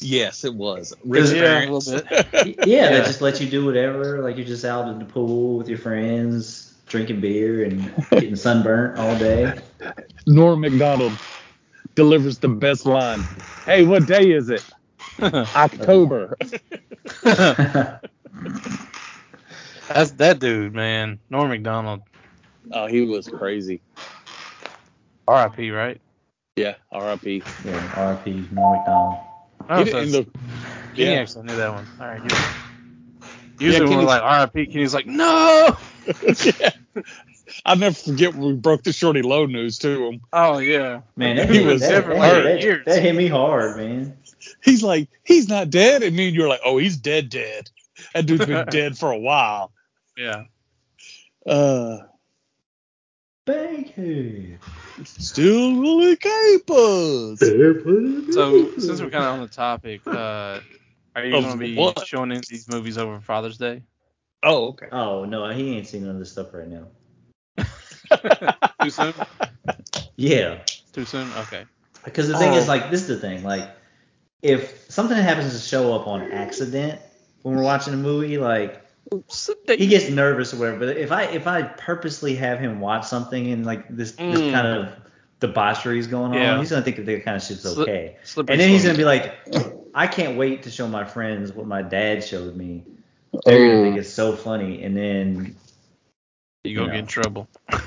[SPEAKER 1] yes, it was.
[SPEAKER 3] Because-
[SPEAKER 1] Rich
[SPEAKER 2] Yeah,
[SPEAKER 1] parents.
[SPEAKER 2] a little
[SPEAKER 3] Y- yeah,
[SPEAKER 2] Yeah.
[SPEAKER 3] they just let you do whatever. Like you're just out in the pool with your friends, drinking beer and getting sunburnt all day.
[SPEAKER 5] Norm McDonald delivers the best line. Hey, what day is it? October.
[SPEAKER 2] That's that dude, man. Norm Macdonald,
[SPEAKER 1] oh, he was crazy.
[SPEAKER 2] R.I.P. Right?
[SPEAKER 1] Yeah, R.I.P.
[SPEAKER 3] yeah, RP Norm McDonald.
[SPEAKER 2] I
[SPEAKER 1] He
[SPEAKER 2] don't
[SPEAKER 1] didn't
[SPEAKER 2] know if
[SPEAKER 1] look-
[SPEAKER 2] that's- Kenny
[SPEAKER 1] yeah.
[SPEAKER 2] actually knew that one. All right. You're... Usually when
[SPEAKER 1] Kenny-
[SPEAKER 2] we're like R.I.P. Kenny's like no.
[SPEAKER 1] yeah. I'll never forget when we broke the shorty low news to him.
[SPEAKER 2] Oh yeah.
[SPEAKER 3] Man, that,
[SPEAKER 1] He
[SPEAKER 3] hit,
[SPEAKER 1] was
[SPEAKER 3] that, that,
[SPEAKER 2] everywhere.
[SPEAKER 3] that-
[SPEAKER 2] Years.
[SPEAKER 3] that hit me hard, man.
[SPEAKER 1] he's like, he's not dead. And me and you were like, oh, he's dead, dead. That dude's been dead for a while.
[SPEAKER 2] Yeah.
[SPEAKER 1] Uh,
[SPEAKER 4] Bankhead.
[SPEAKER 1] still really capers.
[SPEAKER 2] So since we're kind of on the topic, uh, are you
[SPEAKER 1] Of
[SPEAKER 2] going to be
[SPEAKER 1] what?
[SPEAKER 2] showing in these movies over Father's Day?
[SPEAKER 1] Oh, okay.
[SPEAKER 3] Oh no, he ain't seen none of this stuff right now.
[SPEAKER 2] Too soon?
[SPEAKER 3] Yeah.
[SPEAKER 2] Too soon? Okay.
[SPEAKER 3] Because the thing
[SPEAKER 1] Oh.
[SPEAKER 3] is, like, this is the thing. Like, if something happens to show up on accident when we're watching a movie, like, he gets nervous or whatever. But if I if I purposely have him watch something and like this
[SPEAKER 2] Mm.
[SPEAKER 3] this kind of debauchery is going on,
[SPEAKER 2] Yeah.
[SPEAKER 3] he's gonna think that that kind of shit's
[SPEAKER 2] Sli-
[SPEAKER 3] okay.
[SPEAKER 2] Slippery
[SPEAKER 3] And then he's gonna
[SPEAKER 2] slope.
[SPEAKER 3] be like, I can't wait to show my friends what my dad showed me. They're gonna think it's so funny, and then
[SPEAKER 2] you go
[SPEAKER 3] you know.
[SPEAKER 2] get in trouble.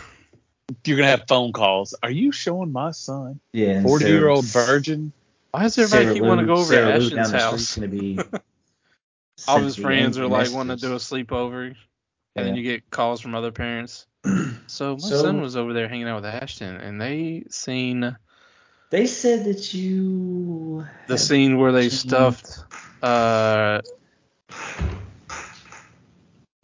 [SPEAKER 1] You're going to have phone calls. Are you showing my son?
[SPEAKER 3] yeah, and
[SPEAKER 1] 40 year old
[SPEAKER 3] Sarah-
[SPEAKER 1] virgin?
[SPEAKER 2] Why does everybody
[SPEAKER 3] Sarah
[SPEAKER 2] keep want to
[SPEAKER 3] Lou-
[SPEAKER 2] go over
[SPEAKER 3] Sarah
[SPEAKER 2] to
[SPEAKER 3] Lou down
[SPEAKER 2] Ashton's
[SPEAKER 3] the
[SPEAKER 2] house?
[SPEAKER 3] street's Gonna be
[SPEAKER 2] All his
[SPEAKER 3] sending
[SPEAKER 2] friends are like
[SPEAKER 3] messages.
[SPEAKER 2] wanting to do a sleepover, and then
[SPEAKER 3] Yeah.
[SPEAKER 2] you get calls from other parents. So my
[SPEAKER 3] So-
[SPEAKER 2] son was over there hanging out with Ashton, and they seen
[SPEAKER 3] They said that you.
[SPEAKER 2] the scene where they
[SPEAKER 3] Mhm.
[SPEAKER 2] stuffed uh,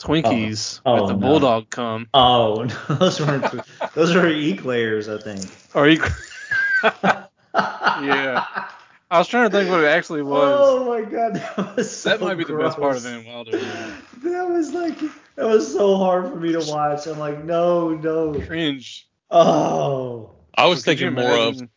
[SPEAKER 2] Twinkies
[SPEAKER 3] Oh,
[SPEAKER 2] with the
[SPEAKER 3] no.
[SPEAKER 2] bulldog cum.
[SPEAKER 3] Oh, no, those weren't. those were eclairs, I think.
[SPEAKER 2] Or you, yeah. I was trying to think what it actually was.
[SPEAKER 3] Oh my god, that was so
[SPEAKER 2] that might be the best part of
[SPEAKER 3] gross.
[SPEAKER 2] Van Wilder. yeah.
[SPEAKER 3] That was like that was so hard for me to watch. I'm like, no, no.
[SPEAKER 2] Cringe.
[SPEAKER 3] Oh.
[SPEAKER 1] I was
[SPEAKER 2] Could you
[SPEAKER 1] thinking more of
[SPEAKER 2] imagine-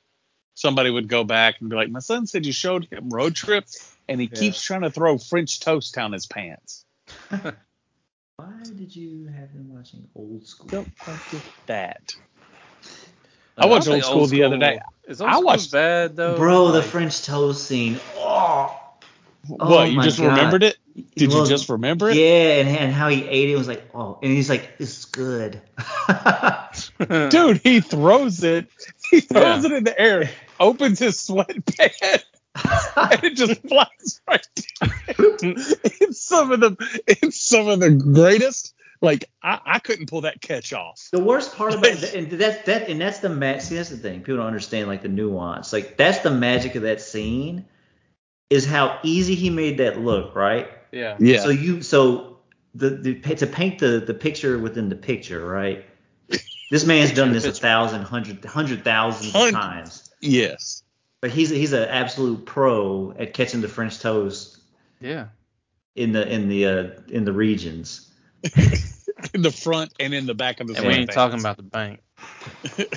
[SPEAKER 1] somebody would go back and be like, my son said you showed him road trip and he
[SPEAKER 3] Yeah.
[SPEAKER 1] keeps trying to throw French toast down his pants.
[SPEAKER 3] Why did you have them watching old school?
[SPEAKER 1] Don't forget that. I
[SPEAKER 2] Like,
[SPEAKER 1] watched
[SPEAKER 2] don't
[SPEAKER 1] Old
[SPEAKER 2] think
[SPEAKER 1] School the other day.
[SPEAKER 2] Is old
[SPEAKER 1] I
[SPEAKER 2] school
[SPEAKER 1] watched-
[SPEAKER 2] bad though.
[SPEAKER 3] Bro, the
[SPEAKER 2] Like,
[SPEAKER 3] French toast scene. Oh. Oh
[SPEAKER 1] what? You
[SPEAKER 3] my
[SPEAKER 1] just
[SPEAKER 3] God.
[SPEAKER 1] remembered it? Did
[SPEAKER 3] Well,
[SPEAKER 1] you just remember it?
[SPEAKER 3] Yeah, and, and how he ate it was like, oh, and he's like, this is good.
[SPEAKER 1] Dude, he throws it. He throws
[SPEAKER 2] Yeah.
[SPEAKER 1] it in the air, opens his sweatpants, and it just flies right down. it's some of the it's some of the greatest. Like I, I couldn't pull that catch off.
[SPEAKER 3] The worst part about it, and that's that, and that's the ma- see that's the thing people don't understand like the nuance. Like that's the magic of that scene, is how easy he made that look, right?
[SPEAKER 2] yeah.
[SPEAKER 1] Yeah.
[SPEAKER 3] So you so the, the to paint the the picture within the picture, right? This man's done this a thousand, hundred, hundred thousands of
[SPEAKER 1] Hundred.
[SPEAKER 3] times,
[SPEAKER 1] yes.
[SPEAKER 3] but he's he's an absolute pro at catching the French toast
[SPEAKER 2] Yeah.
[SPEAKER 3] in the in the uh, in the regions.
[SPEAKER 1] In the front and in the back of the
[SPEAKER 2] And we ain't
[SPEAKER 1] sweatpants.
[SPEAKER 2] talking about the bank. Or
[SPEAKER 3] And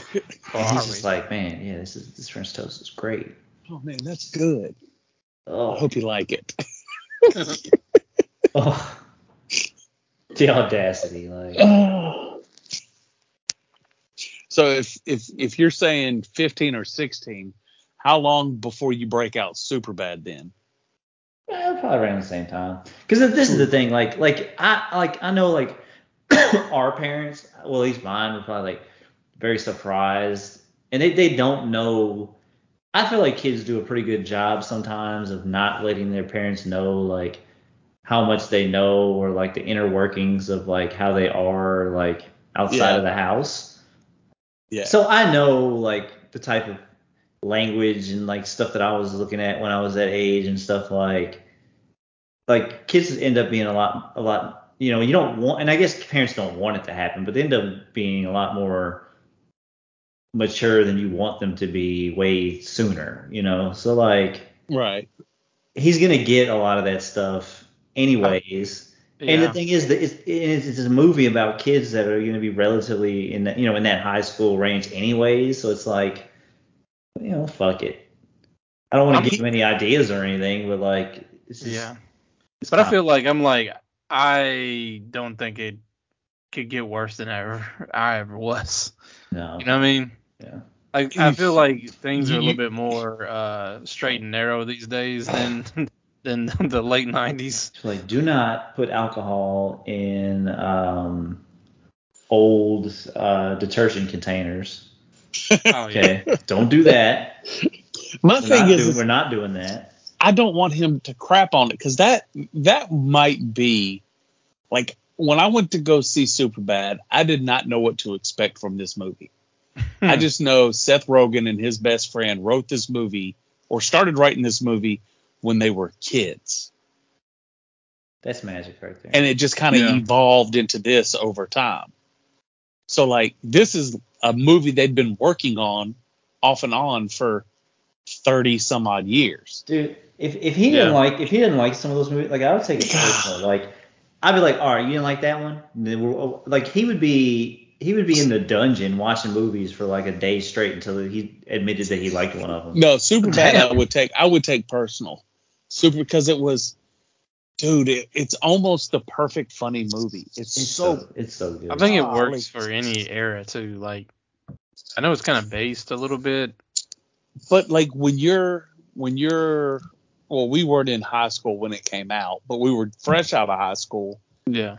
[SPEAKER 2] are
[SPEAKER 3] he's just
[SPEAKER 2] we?
[SPEAKER 3] like, man, yeah, this is this French toast is great.
[SPEAKER 1] Oh man, that's good. I
[SPEAKER 3] Oh.
[SPEAKER 1] hope you like it.
[SPEAKER 3] Oh, the audacity! Like,
[SPEAKER 1] so if if if you're saying 15 or 16, how long before you break out super bad then?
[SPEAKER 3] eh, probably around the same time. Because this is the thing. Like, like I like I know like our parents. Well, at least mine were probably like very surprised, and they they don't know. I feel like kids do a pretty good job sometimes of not letting their parents know like how much they know or like the inner workings of like how they are like outside
[SPEAKER 1] Yeah.
[SPEAKER 3] of the house.
[SPEAKER 1] Yeah.
[SPEAKER 3] So I know like the type of language and like stuff that I was looking at when I was that age and stuff like like kids end up being a lot a lot you know you don't want and I guess parents don't want it to happen but they end up being a lot more mature than you want them to be way sooner you know so like
[SPEAKER 1] Right.
[SPEAKER 3] he's gonna get a lot of that stuff anyways and the
[SPEAKER 2] Yeah.
[SPEAKER 3] thing is that it's, it's, it's a movie about kids that are going to be relatively in that you know in that high school range anyways. So it's like, you know, fuck it. I don't want
[SPEAKER 1] I'm-
[SPEAKER 3] to give them any ideas or anything, but like, it's just,
[SPEAKER 2] Yeah.
[SPEAKER 3] it's
[SPEAKER 2] But I
[SPEAKER 3] com-
[SPEAKER 2] feel like I'm like I don't think it could get worse than ever I ever was.
[SPEAKER 3] no,
[SPEAKER 2] You know what I mean?
[SPEAKER 3] Yeah.
[SPEAKER 2] Like I feel like things are a
[SPEAKER 1] You-
[SPEAKER 2] little bit more uh, straight and narrow these days than than the late '90s.
[SPEAKER 3] It's like do not put alcohol in um, old uh, detergent containers.
[SPEAKER 2] Oh yeah.
[SPEAKER 3] Okay, don't do that.
[SPEAKER 1] My
[SPEAKER 3] We're
[SPEAKER 1] thing
[SPEAKER 3] not
[SPEAKER 1] is,
[SPEAKER 3] do-
[SPEAKER 1] is
[SPEAKER 3] we're not doing that.
[SPEAKER 1] I don't want him to crap on it because that that might be like when I went to go see Superbad, I did not know what to expect from this movie. I just know Seth Rogen and his best friend wrote this movie or started writing this movie when they were kids.
[SPEAKER 3] That's magic right there.
[SPEAKER 1] And it just kind of
[SPEAKER 2] Yeah.
[SPEAKER 1] evolved into this over time. So, like, this is a movie they've been working on off and on for 30 some odd years.
[SPEAKER 3] Dude, if, if he didn't
[SPEAKER 2] Yeah.
[SPEAKER 3] like if he didn't like some of those movies, like I would take it personal. Like I'd be like, all right, you didn't like that one. And then we'll- oh, Like he would be he would be in the dungeon watching movies for like a day straight until he admitted that he liked one of them.
[SPEAKER 1] No, super bad. I
[SPEAKER 3] Damn.
[SPEAKER 1] would take. I would take personal. Super because it was, dude. It, it's almost the perfect funny movie. It's,
[SPEAKER 3] It's
[SPEAKER 1] so.
[SPEAKER 3] so it's so good.
[SPEAKER 2] I think it
[SPEAKER 1] Oh,
[SPEAKER 2] works
[SPEAKER 1] holy-
[SPEAKER 2] for any era too. Like, I know it's kind of based a little bit.
[SPEAKER 1] But like when you're when you're well, we weren't in high school when it came out, but we were fresh out of high school,
[SPEAKER 2] Yeah.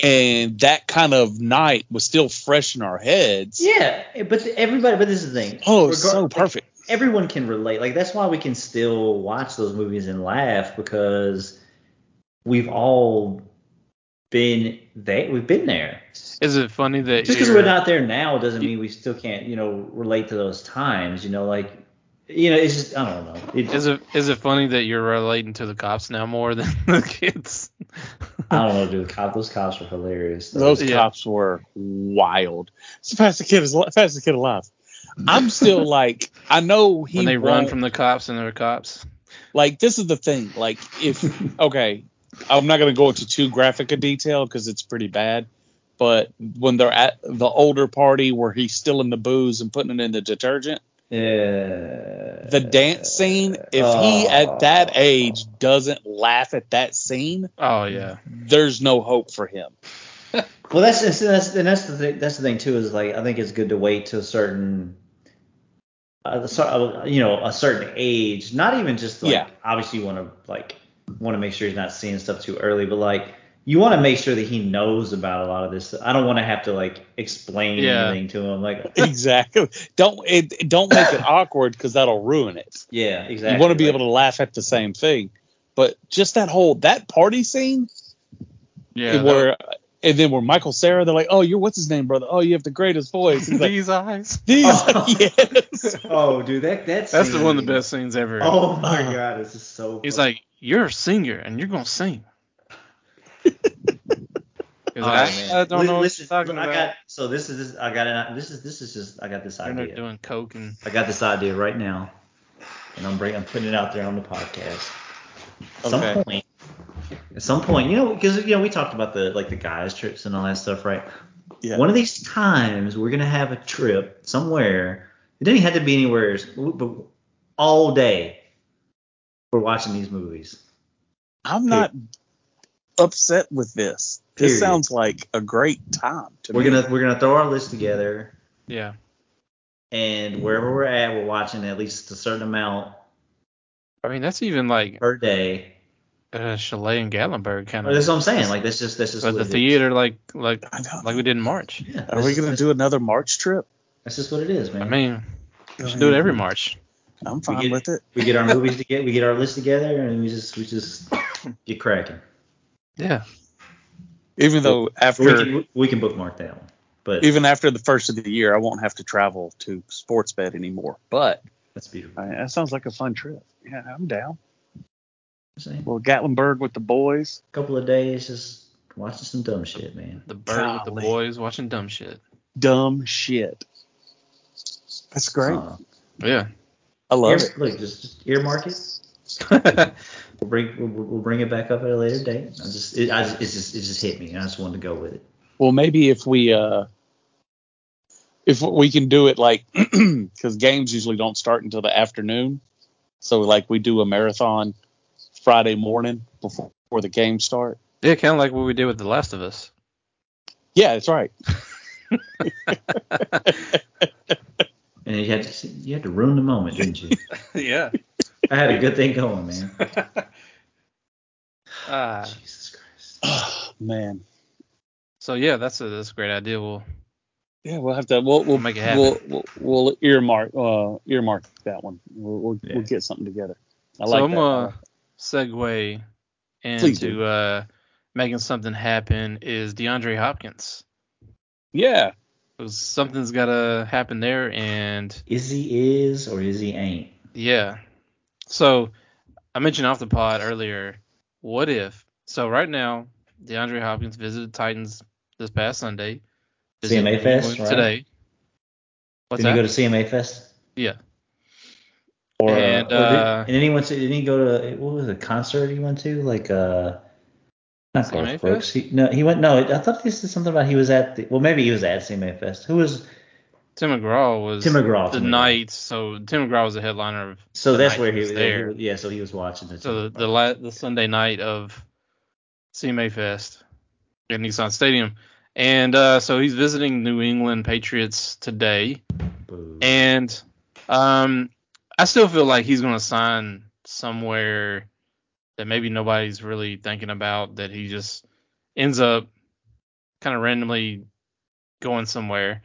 [SPEAKER 1] and that kind of night was still fresh in our heads.
[SPEAKER 3] yeah, eh, but everybody. But this is the thing.
[SPEAKER 1] Oh, it's so
[SPEAKER 3] Regar-
[SPEAKER 1] perfect.
[SPEAKER 3] everyone can relate. Like that's why we can still watch those movies and laugh because we've all been there. We've been there.
[SPEAKER 2] Is it funny that
[SPEAKER 3] Just because
[SPEAKER 2] you're-
[SPEAKER 3] we're not there now doesn't mean we still can't, you know, relate to those times. You know, like, you know, it's just I don't know. It
[SPEAKER 2] Is it is it funny that you're relating to the cops now more than the kids?
[SPEAKER 3] I don't know, dude. Cop, those cops are hilarious. though.
[SPEAKER 1] Those
[SPEAKER 2] Yeah.
[SPEAKER 1] cops were wild. It's the fastest kid is fastest kid alive. I'm still like I know he
[SPEAKER 2] when they run
[SPEAKER 1] won't-
[SPEAKER 2] from the cops and they're cops.
[SPEAKER 1] like this is the thing like if okay i'm not going to go into too graphic a detail because it's pretty bad but when they're at the older party where he's stealing the booze and putting it in the detergent
[SPEAKER 3] yeah.
[SPEAKER 1] the dance scene if he at that age doesn't laugh at that scene
[SPEAKER 2] Oh yeah.
[SPEAKER 1] there's no hope for him
[SPEAKER 3] Well, that's and so that's and that's the thing, that's the thing too is like I think it's good to wait to a certain, uh, so, uh, you know, a certain age. Not even just like
[SPEAKER 1] Yeah.
[SPEAKER 3] obviously you want to like want to make sure he's not seeing stuff too early, but like you want to make sure that he knows about a lot of this. I don't want to have to like explain
[SPEAKER 2] Yeah.
[SPEAKER 3] anything to him. Like
[SPEAKER 1] exactly don't it, it- don't make it awkward because that'll ruin it
[SPEAKER 3] yeah, exactly.
[SPEAKER 1] you want to be able to laugh at the same thing but just that whole that party scene
[SPEAKER 2] Yeah. that-
[SPEAKER 1] where and then where Michael Sarah, they're like, "Oh, you're what's his name, brother? Oh, you have the greatest voice." He's like,
[SPEAKER 2] these eyes.
[SPEAKER 1] "These,
[SPEAKER 3] Oh.
[SPEAKER 1] yes."
[SPEAKER 3] Oh, dude, that that
[SPEAKER 2] That's the
[SPEAKER 3] scene-
[SPEAKER 2] one of the best scenes ever.
[SPEAKER 3] Oh my god, this is so.
[SPEAKER 2] He's
[SPEAKER 3] funny.
[SPEAKER 2] like, You're a singer and you're gonna sing. He's
[SPEAKER 3] All
[SPEAKER 2] like,
[SPEAKER 3] right,
[SPEAKER 2] I, I
[SPEAKER 3] Oh, man.
[SPEAKER 2] don't know
[SPEAKER 3] Listen,
[SPEAKER 2] what you're talking
[SPEAKER 3] I
[SPEAKER 2] about.
[SPEAKER 3] got, so this is this, I got an, this is this is just I got this
[SPEAKER 2] They're
[SPEAKER 3] idea.
[SPEAKER 2] not doing coke and
[SPEAKER 3] I got this idea right now, and I'm bring, I'm putting it out there on the podcast. At
[SPEAKER 1] Okay.
[SPEAKER 3] some point, at some point, you know, because you know we talked about the like the guys trips and all that stuff, right?
[SPEAKER 1] Yeah.
[SPEAKER 3] One of these times we're gonna have a trip somewhere. It didn't have to be anywhere, but all day we're watching these movies.
[SPEAKER 1] I'm not upset with this. This
[SPEAKER 3] Period.
[SPEAKER 1] sounds like a great time to
[SPEAKER 3] We're
[SPEAKER 1] me.
[SPEAKER 3] gonna we're gonna throw our list together.
[SPEAKER 2] yeah.
[SPEAKER 3] and wherever we're at, we're watching at least a certain amount
[SPEAKER 2] I mean that's even like
[SPEAKER 3] per day.
[SPEAKER 2] uh, Chalet and Gatlinburg kind
[SPEAKER 3] But that's
[SPEAKER 2] of
[SPEAKER 3] what I'm saying. Like that's just that's just
[SPEAKER 2] but
[SPEAKER 3] what
[SPEAKER 2] the
[SPEAKER 3] it is.
[SPEAKER 2] theater like like
[SPEAKER 1] I know.
[SPEAKER 2] like we did in March.
[SPEAKER 3] Yeah,
[SPEAKER 1] Are we gonna do another March trip?
[SPEAKER 3] That's just what it is, man.
[SPEAKER 2] I mean we should do it every March.
[SPEAKER 1] I'm
[SPEAKER 3] get
[SPEAKER 1] fine with it.
[SPEAKER 3] we get our movies together, we get our list together, and we just we just get cracking.
[SPEAKER 2] Yeah.
[SPEAKER 1] Even though
[SPEAKER 3] But We
[SPEAKER 1] after
[SPEAKER 3] can, we can bookmark that one. But
[SPEAKER 1] even after the first of the year, I won't have to travel to sports bet anymore. But
[SPEAKER 3] that's beautiful.
[SPEAKER 1] I that sounds like a fun trip. Yeah, I'm down.
[SPEAKER 3] See? A
[SPEAKER 1] Well, Gatlinburg with the boys.
[SPEAKER 3] couple of days just watching some dumb shit, man.
[SPEAKER 2] The bird with the
[SPEAKER 1] Golly.
[SPEAKER 2] boys watching dumb shit.
[SPEAKER 1] Dumb shit. That's great.
[SPEAKER 3] Uh,
[SPEAKER 2] Yeah.
[SPEAKER 1] I love
[SPEAKER 3] ear-
[SPEAKER 1] it.
[SPEAKER 3] Look, just, just earmark it. We'll bring we'll, we'll bring it back up at a later date. I just it, I just, it just it just hit me. and I just wanted to go with it.
[SPEAKER 1] Well, maybe if we uh, if we can do it like because games usually don't start until the afternoon, so like we do a marathon Friday morning before, before the games start.
[SPEAKER 2] yeah, kind of like what we did with The Last of Us.
[SPEAKER 1] Yeah, that's right.
[SPEAKER 3] And you had to you had to ruin the moment, didn't you?
[SPEAKER 2] yeah.
[SPEAKER 3] I had a good thing going, man.
[SPEAKER 2] Uh,
[SPEAKER 3] Jesus Christ.
[SPEAKER 1] Oh, man.
[SPEAKER 2] so yeah, that's a that's a great idea. Well,
[SPEAKER 1] Yeah, we'll have to. We'll we'll
[SPEAKER 2] Make it happen.
[SPEAKER 1] we'll, we'll, we'll earmark uh, earmark that one. We'll we'll,
[SPEAKER 3] Yeah.
[SPEAKER 1] we'll get something together. I
[SPEAKER 2] so
[SPEAKER 1] like
[SPEAKER 2] I'm uh,
[SPEAKER 1] that.
[SPEAKER 2] gonna segue
[SPEAKER 1] Please do.
[SPEAKER 2] into uh, making something happen is DeAndre Hopkins.
[SPEAKER 1] yeah,
[SPEAKER 2] 'Cause Something's gotta happen there, and
[SPEAKER 3] Is he is or is he ain't?
[SPEAKER 2] yeah, So I mentioned off the pod earlier. What if? So right now, DeAndre Hopkins visited the Titans this past Sunday. Visited
[SPEAKER 3] CMA Fest,
[SPEAKER 2] Cleveland
[SPEAKER 3] right?
[SPEAKER 2] today. What's
[SPEAKER 3] Did he
[SPEAKER 2] that?
[SPEAKER 3] go to CMA Fest?
[SPEAKER 2] yeah.
[SPEAKER 3] Or,
[SPEAKER 2] And,
[SPEAKER 3] or did-
[SPEAKER 2] uh,
[SPEAKER 3] and then he went to. Didn't he go to what was the concert he went to? Like uh, not
[SPEAKER 2] CMA
[SPEAKER 3] Garth Brooks. He, no, he went. No, I thought this is something about he was at. The, well, maybe he was at CMA Fest. Who was
[SPEAKER 2] Tim McGraw was
[SPEAKER 3] Tim McGraw?
[SPEAKER 2] the
[SPEAKER 3] Tim McGraw.
[SPEAKER 2] night. So Tim McGraw was the headliner of
[SPEAKER 3] So
[SPEAKER 2] the
[SPEAKER 3] that's
[SPEAKER 2] night
[SPEAKER 3] where he
[SPEAKER 2] was
[SPEAKER 3] was
[SPEAKER 2] there.
[SPEAKER 3] there. Yeah, so he was watching the.
[SPEAKER 2] So the the, la- the Sunday night of CMA Fest at Nissan Stadium, and uh, so he's visiting New England Patriots today,
[SPEAKER 3] Boo.
[SPEAKER 2] and um, I still feel like he's going to sign somewhere that maybe nobody's really thinking about that he just ends up kind of randomly going somewhere.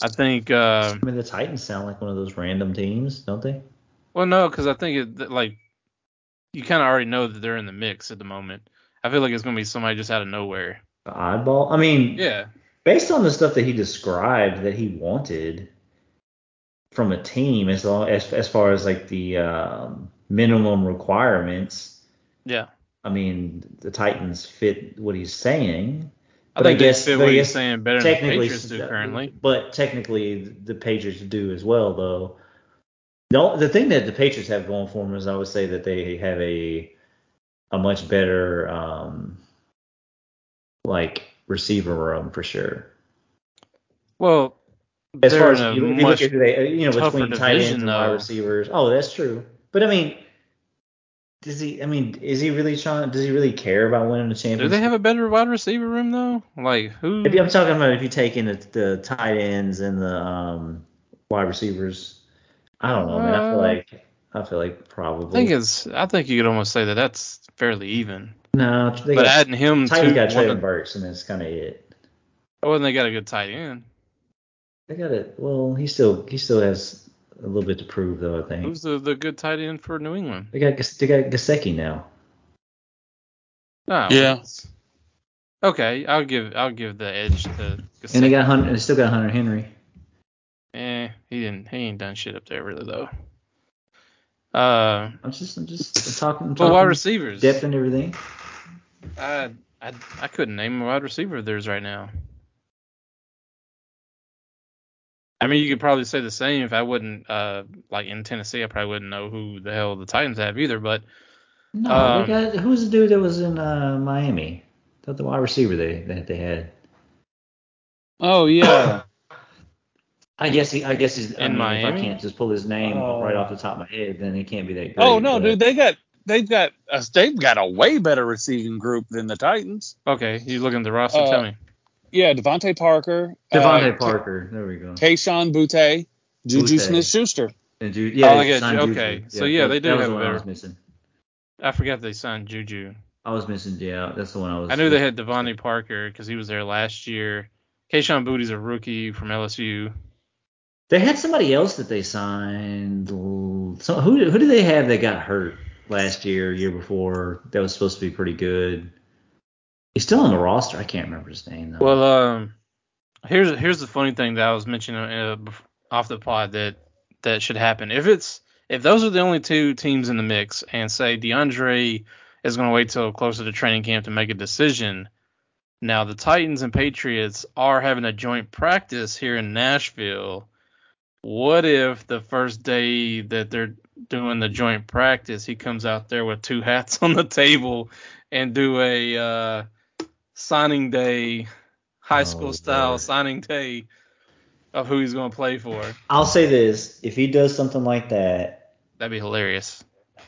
[SPEAKER 2] I think. Uh,
[SPEAKER 3] I mean, the Titans sound like one of those random teams, don't they?
[SPEAKER 2] Well, no, because I think it that, like you kind of already know that they're in the mix at the moment. I feel like it's gonna be somebody just out of nowhere.
[SPEAKER 3] The oddball. I mean,
[SPEAKER 2] Yeah,
[SPEAKER 3] based on the stuff that he described that he wanted from a team, as long as as far as like the um, minimum requirements,
[SPEAKER 2] yeah.
[SPEAKER 3] I mean, the Titans fit what he's saying.
[SPEAKER 2] I
[SPEAKER 3] But I
[SPEAKER 2] think
[SPEAKER 3] guess-
[SPEAKER 2] they fit
[SPEAKER 3] but I
[SPEAKER 2] what you're
[SPEAKER 3] guess
[SPEAKER 2] saying better than the
[SPEAKER 3] technically,
[SPEAKER 2] Patriots do currently.
[SPEAKER 3] but technically the Patriots do as well, though. No, the thing that the Patriots have going for them is I would say that they have a a much better um, like receiver room for sure.
[SPEAKER 2] Well,
[SPEAKER 3] as
[SPEAKER 2] they're
[SPEAKER 3] far as
[SPEAKER 2] in a
[SPEAKER 3] you, you
[SPEAKER 2] much
[SPEAKER 3] look at today, you know,
[SPEAKER 2] tougher
[SPEAKER 3] between tight ends
[SPEAKER 2] division,
[SPEAKER 3] and wide
[SPEAKER 2] though.
[SPEAKER 3] receivers. Oh, that's true. But I mean, does he? I mean, is he really trying? Does he really care about winning the
[SPEAKER 2] do
[SPEAKER 3] championship?
[SPEAKER 2] they have a better wide receiver room though? Like who?
[SPEAKER 3] If you- I'm talking about if you take in the, the tight ends and the um, wide receivers. I don't know, man. I feel
[SPEAKER 2] Uh,
[SPEAKER 3] like I feel like probably.
[SPEAKER 2] I think it's. I think you could almost say that that's fairly even.
[SPEAKER 3] no, they
[SPEAKER 2] But
[SPEAKER 3] got,
[SPEAKER 2] adding him
[SPEAKER 3] Titans
[SPEAKER 2] to
[SPEAKER 3] got
[SPEAKER 2] one
[SPEAKER 3] Traylon
[SPEAKER 2] of,
[SPEAKER 3] Burks, and that's kind of it.
[SPEAKER 2] oh, and they got a good tight end.
[SPEAKER 3] They got it. Well, he still he still has a little bit to prove, though. I think
[SPEAKER 2] Who's the the good tight end for New England?
[SPEAKER 3] they got Gas- they got Gasecki now.
[SPEAKER 2] No.
[SPEAKER 1] Yeah.
[SPEAKER 2] Oh, it's- Okay, I'll give I'll give the edge to.
[SPEAKER 3] And they
[SPEAKER 2] Gasecki.
[SPEAKER 3] got Hunter, they still got Hunter Henry.
[SPEAKER 2] Eh, he didn't. He ain't done shit up there really though. Uh,
[SPEAKER 3] I'm just, I'm just I'm talking. I'm
[SPEAKER 2] but
[SPEAKER 3] talking
[SPEAKER 2] wide receivers.
[SPEAKER 3] Um, depth and everything.
[SPEAKER 2] I, Uh, I I couldn't name a wide receiver of theirs right now. I mean, you could probably say the same if I wouldn't. Uh, like in Tennessee, I probably wouldn't know who the hell the Titans have either. But
[SPEAKER 3] No,
[SPEAKER 2] Um,
[SPEAKER 3] they got, who was the dude that was in uh, Miami? That the wide receiver they that they had.
[SPEAKER 1] Oh yeah.
[SPEAKER 3] I guess he, I guess he's I
[SPEAKER 2] In
[SPEAKER 3] mean, If I
[SPEAKER 2] Miami?
[SPEAKER 3] can't just pull his name
[SPEAKER 1] Oh.
[SPEAKER 3] right off the top of my head, then he can't be that great.
[SPEAKER 1] oh no,
[SPEAKER 3] but-
[SPEAKER 1] dude, they got they've got a, they've got a way better receiving group than the Titans.
[SPEAKER 2] okay, you looking at the roster?
[SPEAKER 1] Uh,
[SPEAKER 2] tell me.
[SPEAKER 1] Yeah, Devontae Parker,
[SPEAKER 3] Devontae
[SPEAKER 1] uh,
[SPEAKER 3] Parker. There we go.
[SPEAKER 1] Tayshawn Butte, Juju
[SPEAKER 3] Butte.
[SPEAKER 1] Smith Schuster.
[SPEAKER 3] And Ju- yeah,
[SPEAKER 2] Oh, I get
[SPEAKER 3] signed
[SPEAKER 2] you.
[SPEAKER 3] Juju.
[SPEAKER 2] Okay. So, yeah,
[SPEAKER 3] that-
[SPEAKER 2] they do
[SPEAKER 3] that was
[SPEAKER 2] have
[SPEAKER 3] the
[SPEAKER 2] a
[SPEAKER 3] one I was
[SPEAKER 2] better-
[SPEAKER 3] missing.
[SPEAKER 2] I forgot they signed Juju.
[SPEAKER 3] I was missing. Yeah, that's the one I was.
[SPEAKER 2] I knew they had Devontae Parker because he was there last year. Kayshawn Booty's a rookie from LSU.
[SPEAKER 3] They had somebody else that they signed. l- So who who did they have that got hurt last year, year before? That was supposed to be pretty good. He's still on the roster. I can't remember his name though.
[SPEAKER 2] Well, um, here's here's the funny thing that I was mentioning uh, bef- off the pod that that should happen. If it's if those are the only two teams in the mix, and say DeAndre is going to wait till closer to training camp to make a decision. Now the Titans and Patriots are having a joint practice here in Nashville. What if the first day that they're doing the joint practice, he comes out there with two hats on the table and do a uh, signing day, high
[SPEAKER 3] Oh,
[SPEAKER 2] school style
[SPEAKER 3] Lord.
[SPEAKER 2] signing day of who he's going to play for?
[SPEAKER 3] I'll say this: if he does something like that,
[SPEAKER 2] That'd be hilarious.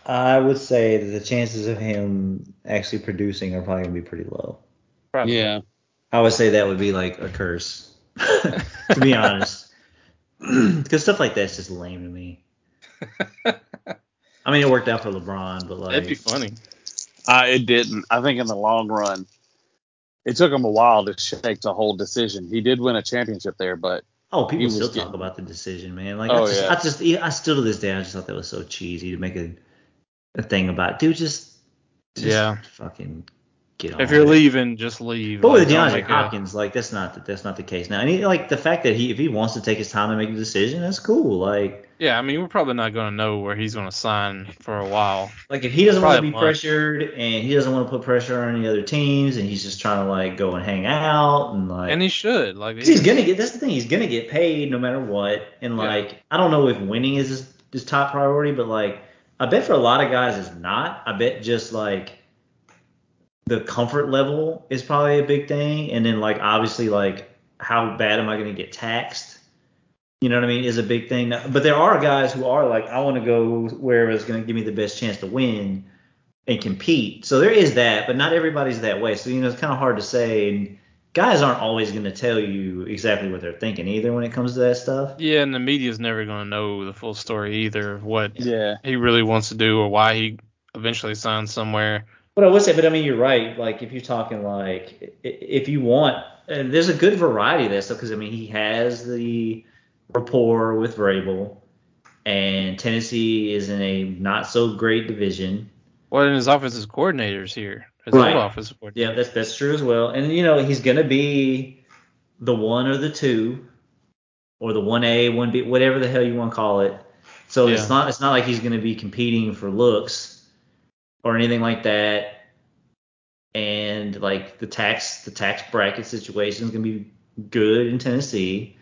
[SPEAKER 3] I would say that the chances of him actually producing are probably gonna be pretty low.
[SPEAKER 2] Probably.
[SPEAKER 1] Yeah.
[SPEAKER 3] I would say that would be like a curse, to be honest, because stuff like that's just lame to me. I mean, it worked out for LeBron, but like
[SPEAKER 2] That'd be funny.
[SPEAKER 1] Uh, it didn't. I think in the long run, it took him a while to shake the whole decision. He did win a championship there, but
[SPEAKER 3] Oh,
[SPEAKER 1] He
[SPEAKER 3] people
[SPEAKER 1] was
[SPEAKER 3] still talk
[SPEAKER 1] getting-
[SPEAKER 3] about the decision, man. Like
[SPEAKER 1] Oh,
[SPEAKER 3] I just,
[SPEAKER 1] yeah.
[SPEAKER 3] I just, I still to this day, I just thought that was so cheesy to make a, a thing about, dude, just, just
[SPEAKER 2] Yeah.
[SPEAKER 3] fucking get on.
[SPEAKER 2] If you're
[SPEAKER 3] with it.
[SPEAKER 2] leaving, just leave.
[SPEAKER 3] But with
[SPEAKER 2] Like, uh, don't
[SPEAKER 3] DeAndre
[SPEAKER 2] make a-
[SPEAKER 3] Hopkins, like that's not the, that's not the case now. And he, like the fact that he if he wants to take his time to make a decision, that's cool. Like
[SPEAKER 2] Yeah, I mean, we're probably not going to know where he's going to sign for a while.
[SPEAKER 3] like if he doesn't want to
[SPEAKER 2] Probably
[SPEAKER 3] be
[SPEAKER 2] a month.
[SPEAKER 3] pressured and he doesn't want to put pressure on any other teams and he's just trying to like go and hang out and like
[SPEAKER 2] And he should. Like,
[SPEAKER 3] 'Cause he's gonna get that's the thing he's gonna get paid no matter what and
[SPEAKER 2] Yeah.
[SPEAKER 3] like I don't know if winning is his, his top priority but like I bet for a lot of guys it's not I bet just like the comfort level is probably a big thing and then like obviously like how bad am I gonna get taxed you know what I mean is a big thing but there are guys who are like I want to go where it's gonna give me the best chance to win and compete so there is that but not everybody's that way so you know it's kind of hard to say and guys aren't always going to tell you exactly what they're thinking either when it comes to that stuff.
[SPEAKER 2] yeah, and the media's never going to know the full story either of what
[SPEAKER 1] Yeah.
[SPEAKER 2] he really wants to do or why he eventually signs somewhere.
[SPEAKER 3] But I would say, but I mean, you're right. Like if you're talking like i- i- if you want, and there's a good variety of that stuff because I mean he has the rapport with Vrabel, and Tennessee is in a not so great division.
[SPEAKER 2] Well, and his offensive coordinator's here. His
[SPEAKER 3] Right.
[SPEAKER 2] old offensive coordinator.
[SPEAKER 3] Yeah, that's that's true as well. And you know he's going to be the one or the two, or the one A, one B, whatever the hell you want to call it. So
[SPEAKER 2] Yeah.
[SPEAKER 3] it's not it's not like he's going to be competing for looks or anything like that. And like the tax the tax bracket situation is going to be good in Tennessee.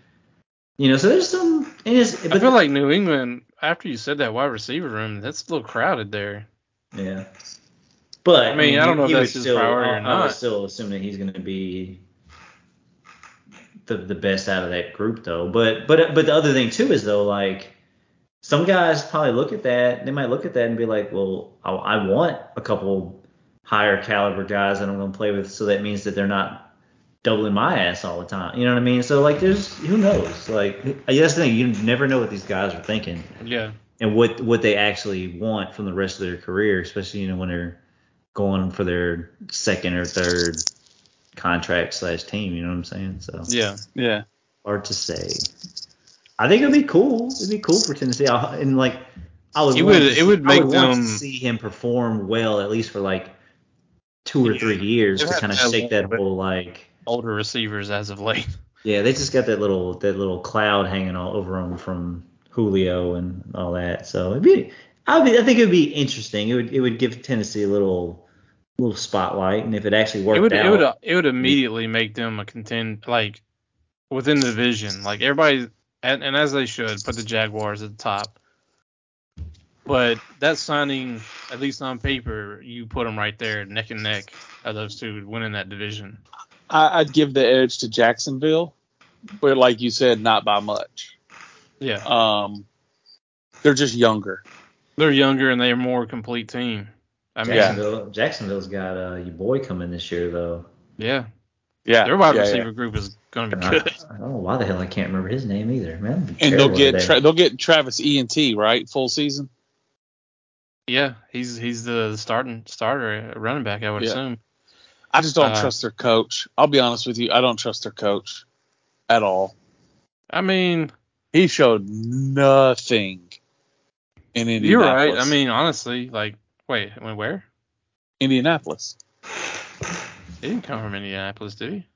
[SPEAKER 3] You know, so there's some. And it's,
[SPEAKER 2] I
[SPEAKER 3] but-
[SPEAKER 2] feel like New England, after you said that wide receiver room, that's a little crowded there.
[SPEAKER 3] Yeah. But
[SPEAKER 2] I mean, I don't know if
[SPEAKER 3] he
[SPEAKER 2] that's
[SPEAKER 3] would
[SPEAKER 2] his
[SPEAKER 3] still,
[SPEAKER 2] priority or
[SPEAKER 3] I, I
[SPEAKER 2] not.
[SPEAKER 3] would still assume that he's going to be the the best out of that group, though. But but but the other thing too is though, like some guys probably look at that, they might look at that and be like, well, I, I want a couple higher caliber guys that I'm going to play with, so that means that they're not doubling my ass all the time. You know what I mean? So like, there's who knows? Like that's the thing, you never know what these guys are thinking
[SPEAKER 2] Yeah.
[SPEAKER 3] and what what they actually want from the rest of their career, especially you know when they're going for their second or third contract slash team. You know what I'm saying? So
[SPEAKER 2] Yeah.
[SPEAKER 1] Yeah.
[SPEAKER 3] hard to say. I think it'd be cool. It'd be cool for Tennessee, I, and like I would.
[SPEAKER 2] It
[SPEAKER 3] want
[SPEAKER 2] would-
[SPEAKER 3] to
[SPEAKER 2] it would
[SPEAKER 3] see-
[SPEAKER 2] make
[SPEAKER 3] I would want to
[SPEAKER 2] them-
[SPEAKER 3] see him perform well at least for like two or three years
[SPEAKER 2] They've
[SPEAKER 3] to
[SPEAKER 2] had
[SPEAKER 3] kind of
[SPEAKER 2] that
[SPEAKER 3] shake that
[SPEAKER 2] little
[SPEAKER 3] whole like.
[SPEAKER 2] Older receivers as of late.
[SPEAKER 3] Yeah, they just got that little that little cloud hanging all over them from Julio and all that. So it'd be, I be, I think it'd be interesting. It would it would give Tennessee a little little spotlight, and if it actually worked
[SPEAKER 2] It would
[SPEAKER 3] out,
[SPEAKER 2] it would it would immediately make them a contend like within the division. Like everybody and, and as they should put the Jaguars at the top. But that signing, at least on paper, you put them right there, neck and neck of those two winning that division.
[SPEAKER 1] I, I'd give the edge to Jacksonville, but like you said, not by much.
[SPEAKER 2] Yeah,
[SPEAKER 1] Um, they're just younger.
[SPEAKER 2] they're younger and they're a more complete team. I mean, yeah,
[SPEAKER 3] Jacksonville, Jacksonville's got uh, your boy coming this year though.
[SPEAKER 1] Yeah.
[SPEAKER 2] their wide
[SPEAKER 1] yeah,
[SPEAKER 2] receiver group is going to
[SPEAKER 3] And
[SPEAKER 2] be
[SPEAKER 3] I,
[SPEAKER 2] good.
[SPEAKER 3] I don't know why the hell I can't remember his name either, man.
[SPEAKER 1] yeah. And they'll get tra- they'll get Travis E and T right full season.
[SPEAKER 2] Yeah, he's he's the starting starter uh, running back, I would
[SPEAKER 1] Yeah.
[SPEAKER 2] assume.
[SPEAKER 1] I just don't
[SPEAKER 2] Uh,
[SPEAKER 1] trust their coach. I'll be honest with you, I don't trust their coach at all.
[SPEAKER 2] I mean,
[SPEAKER 1] He showed nothing in Indianapolis.
[SPEAKER 2] you're right. I mean, honestly, like, wait, wait, where?
[SPEAKER 1] Indianapolis.
[SPEAKER 2] He didn't come from Indianapolis, did he?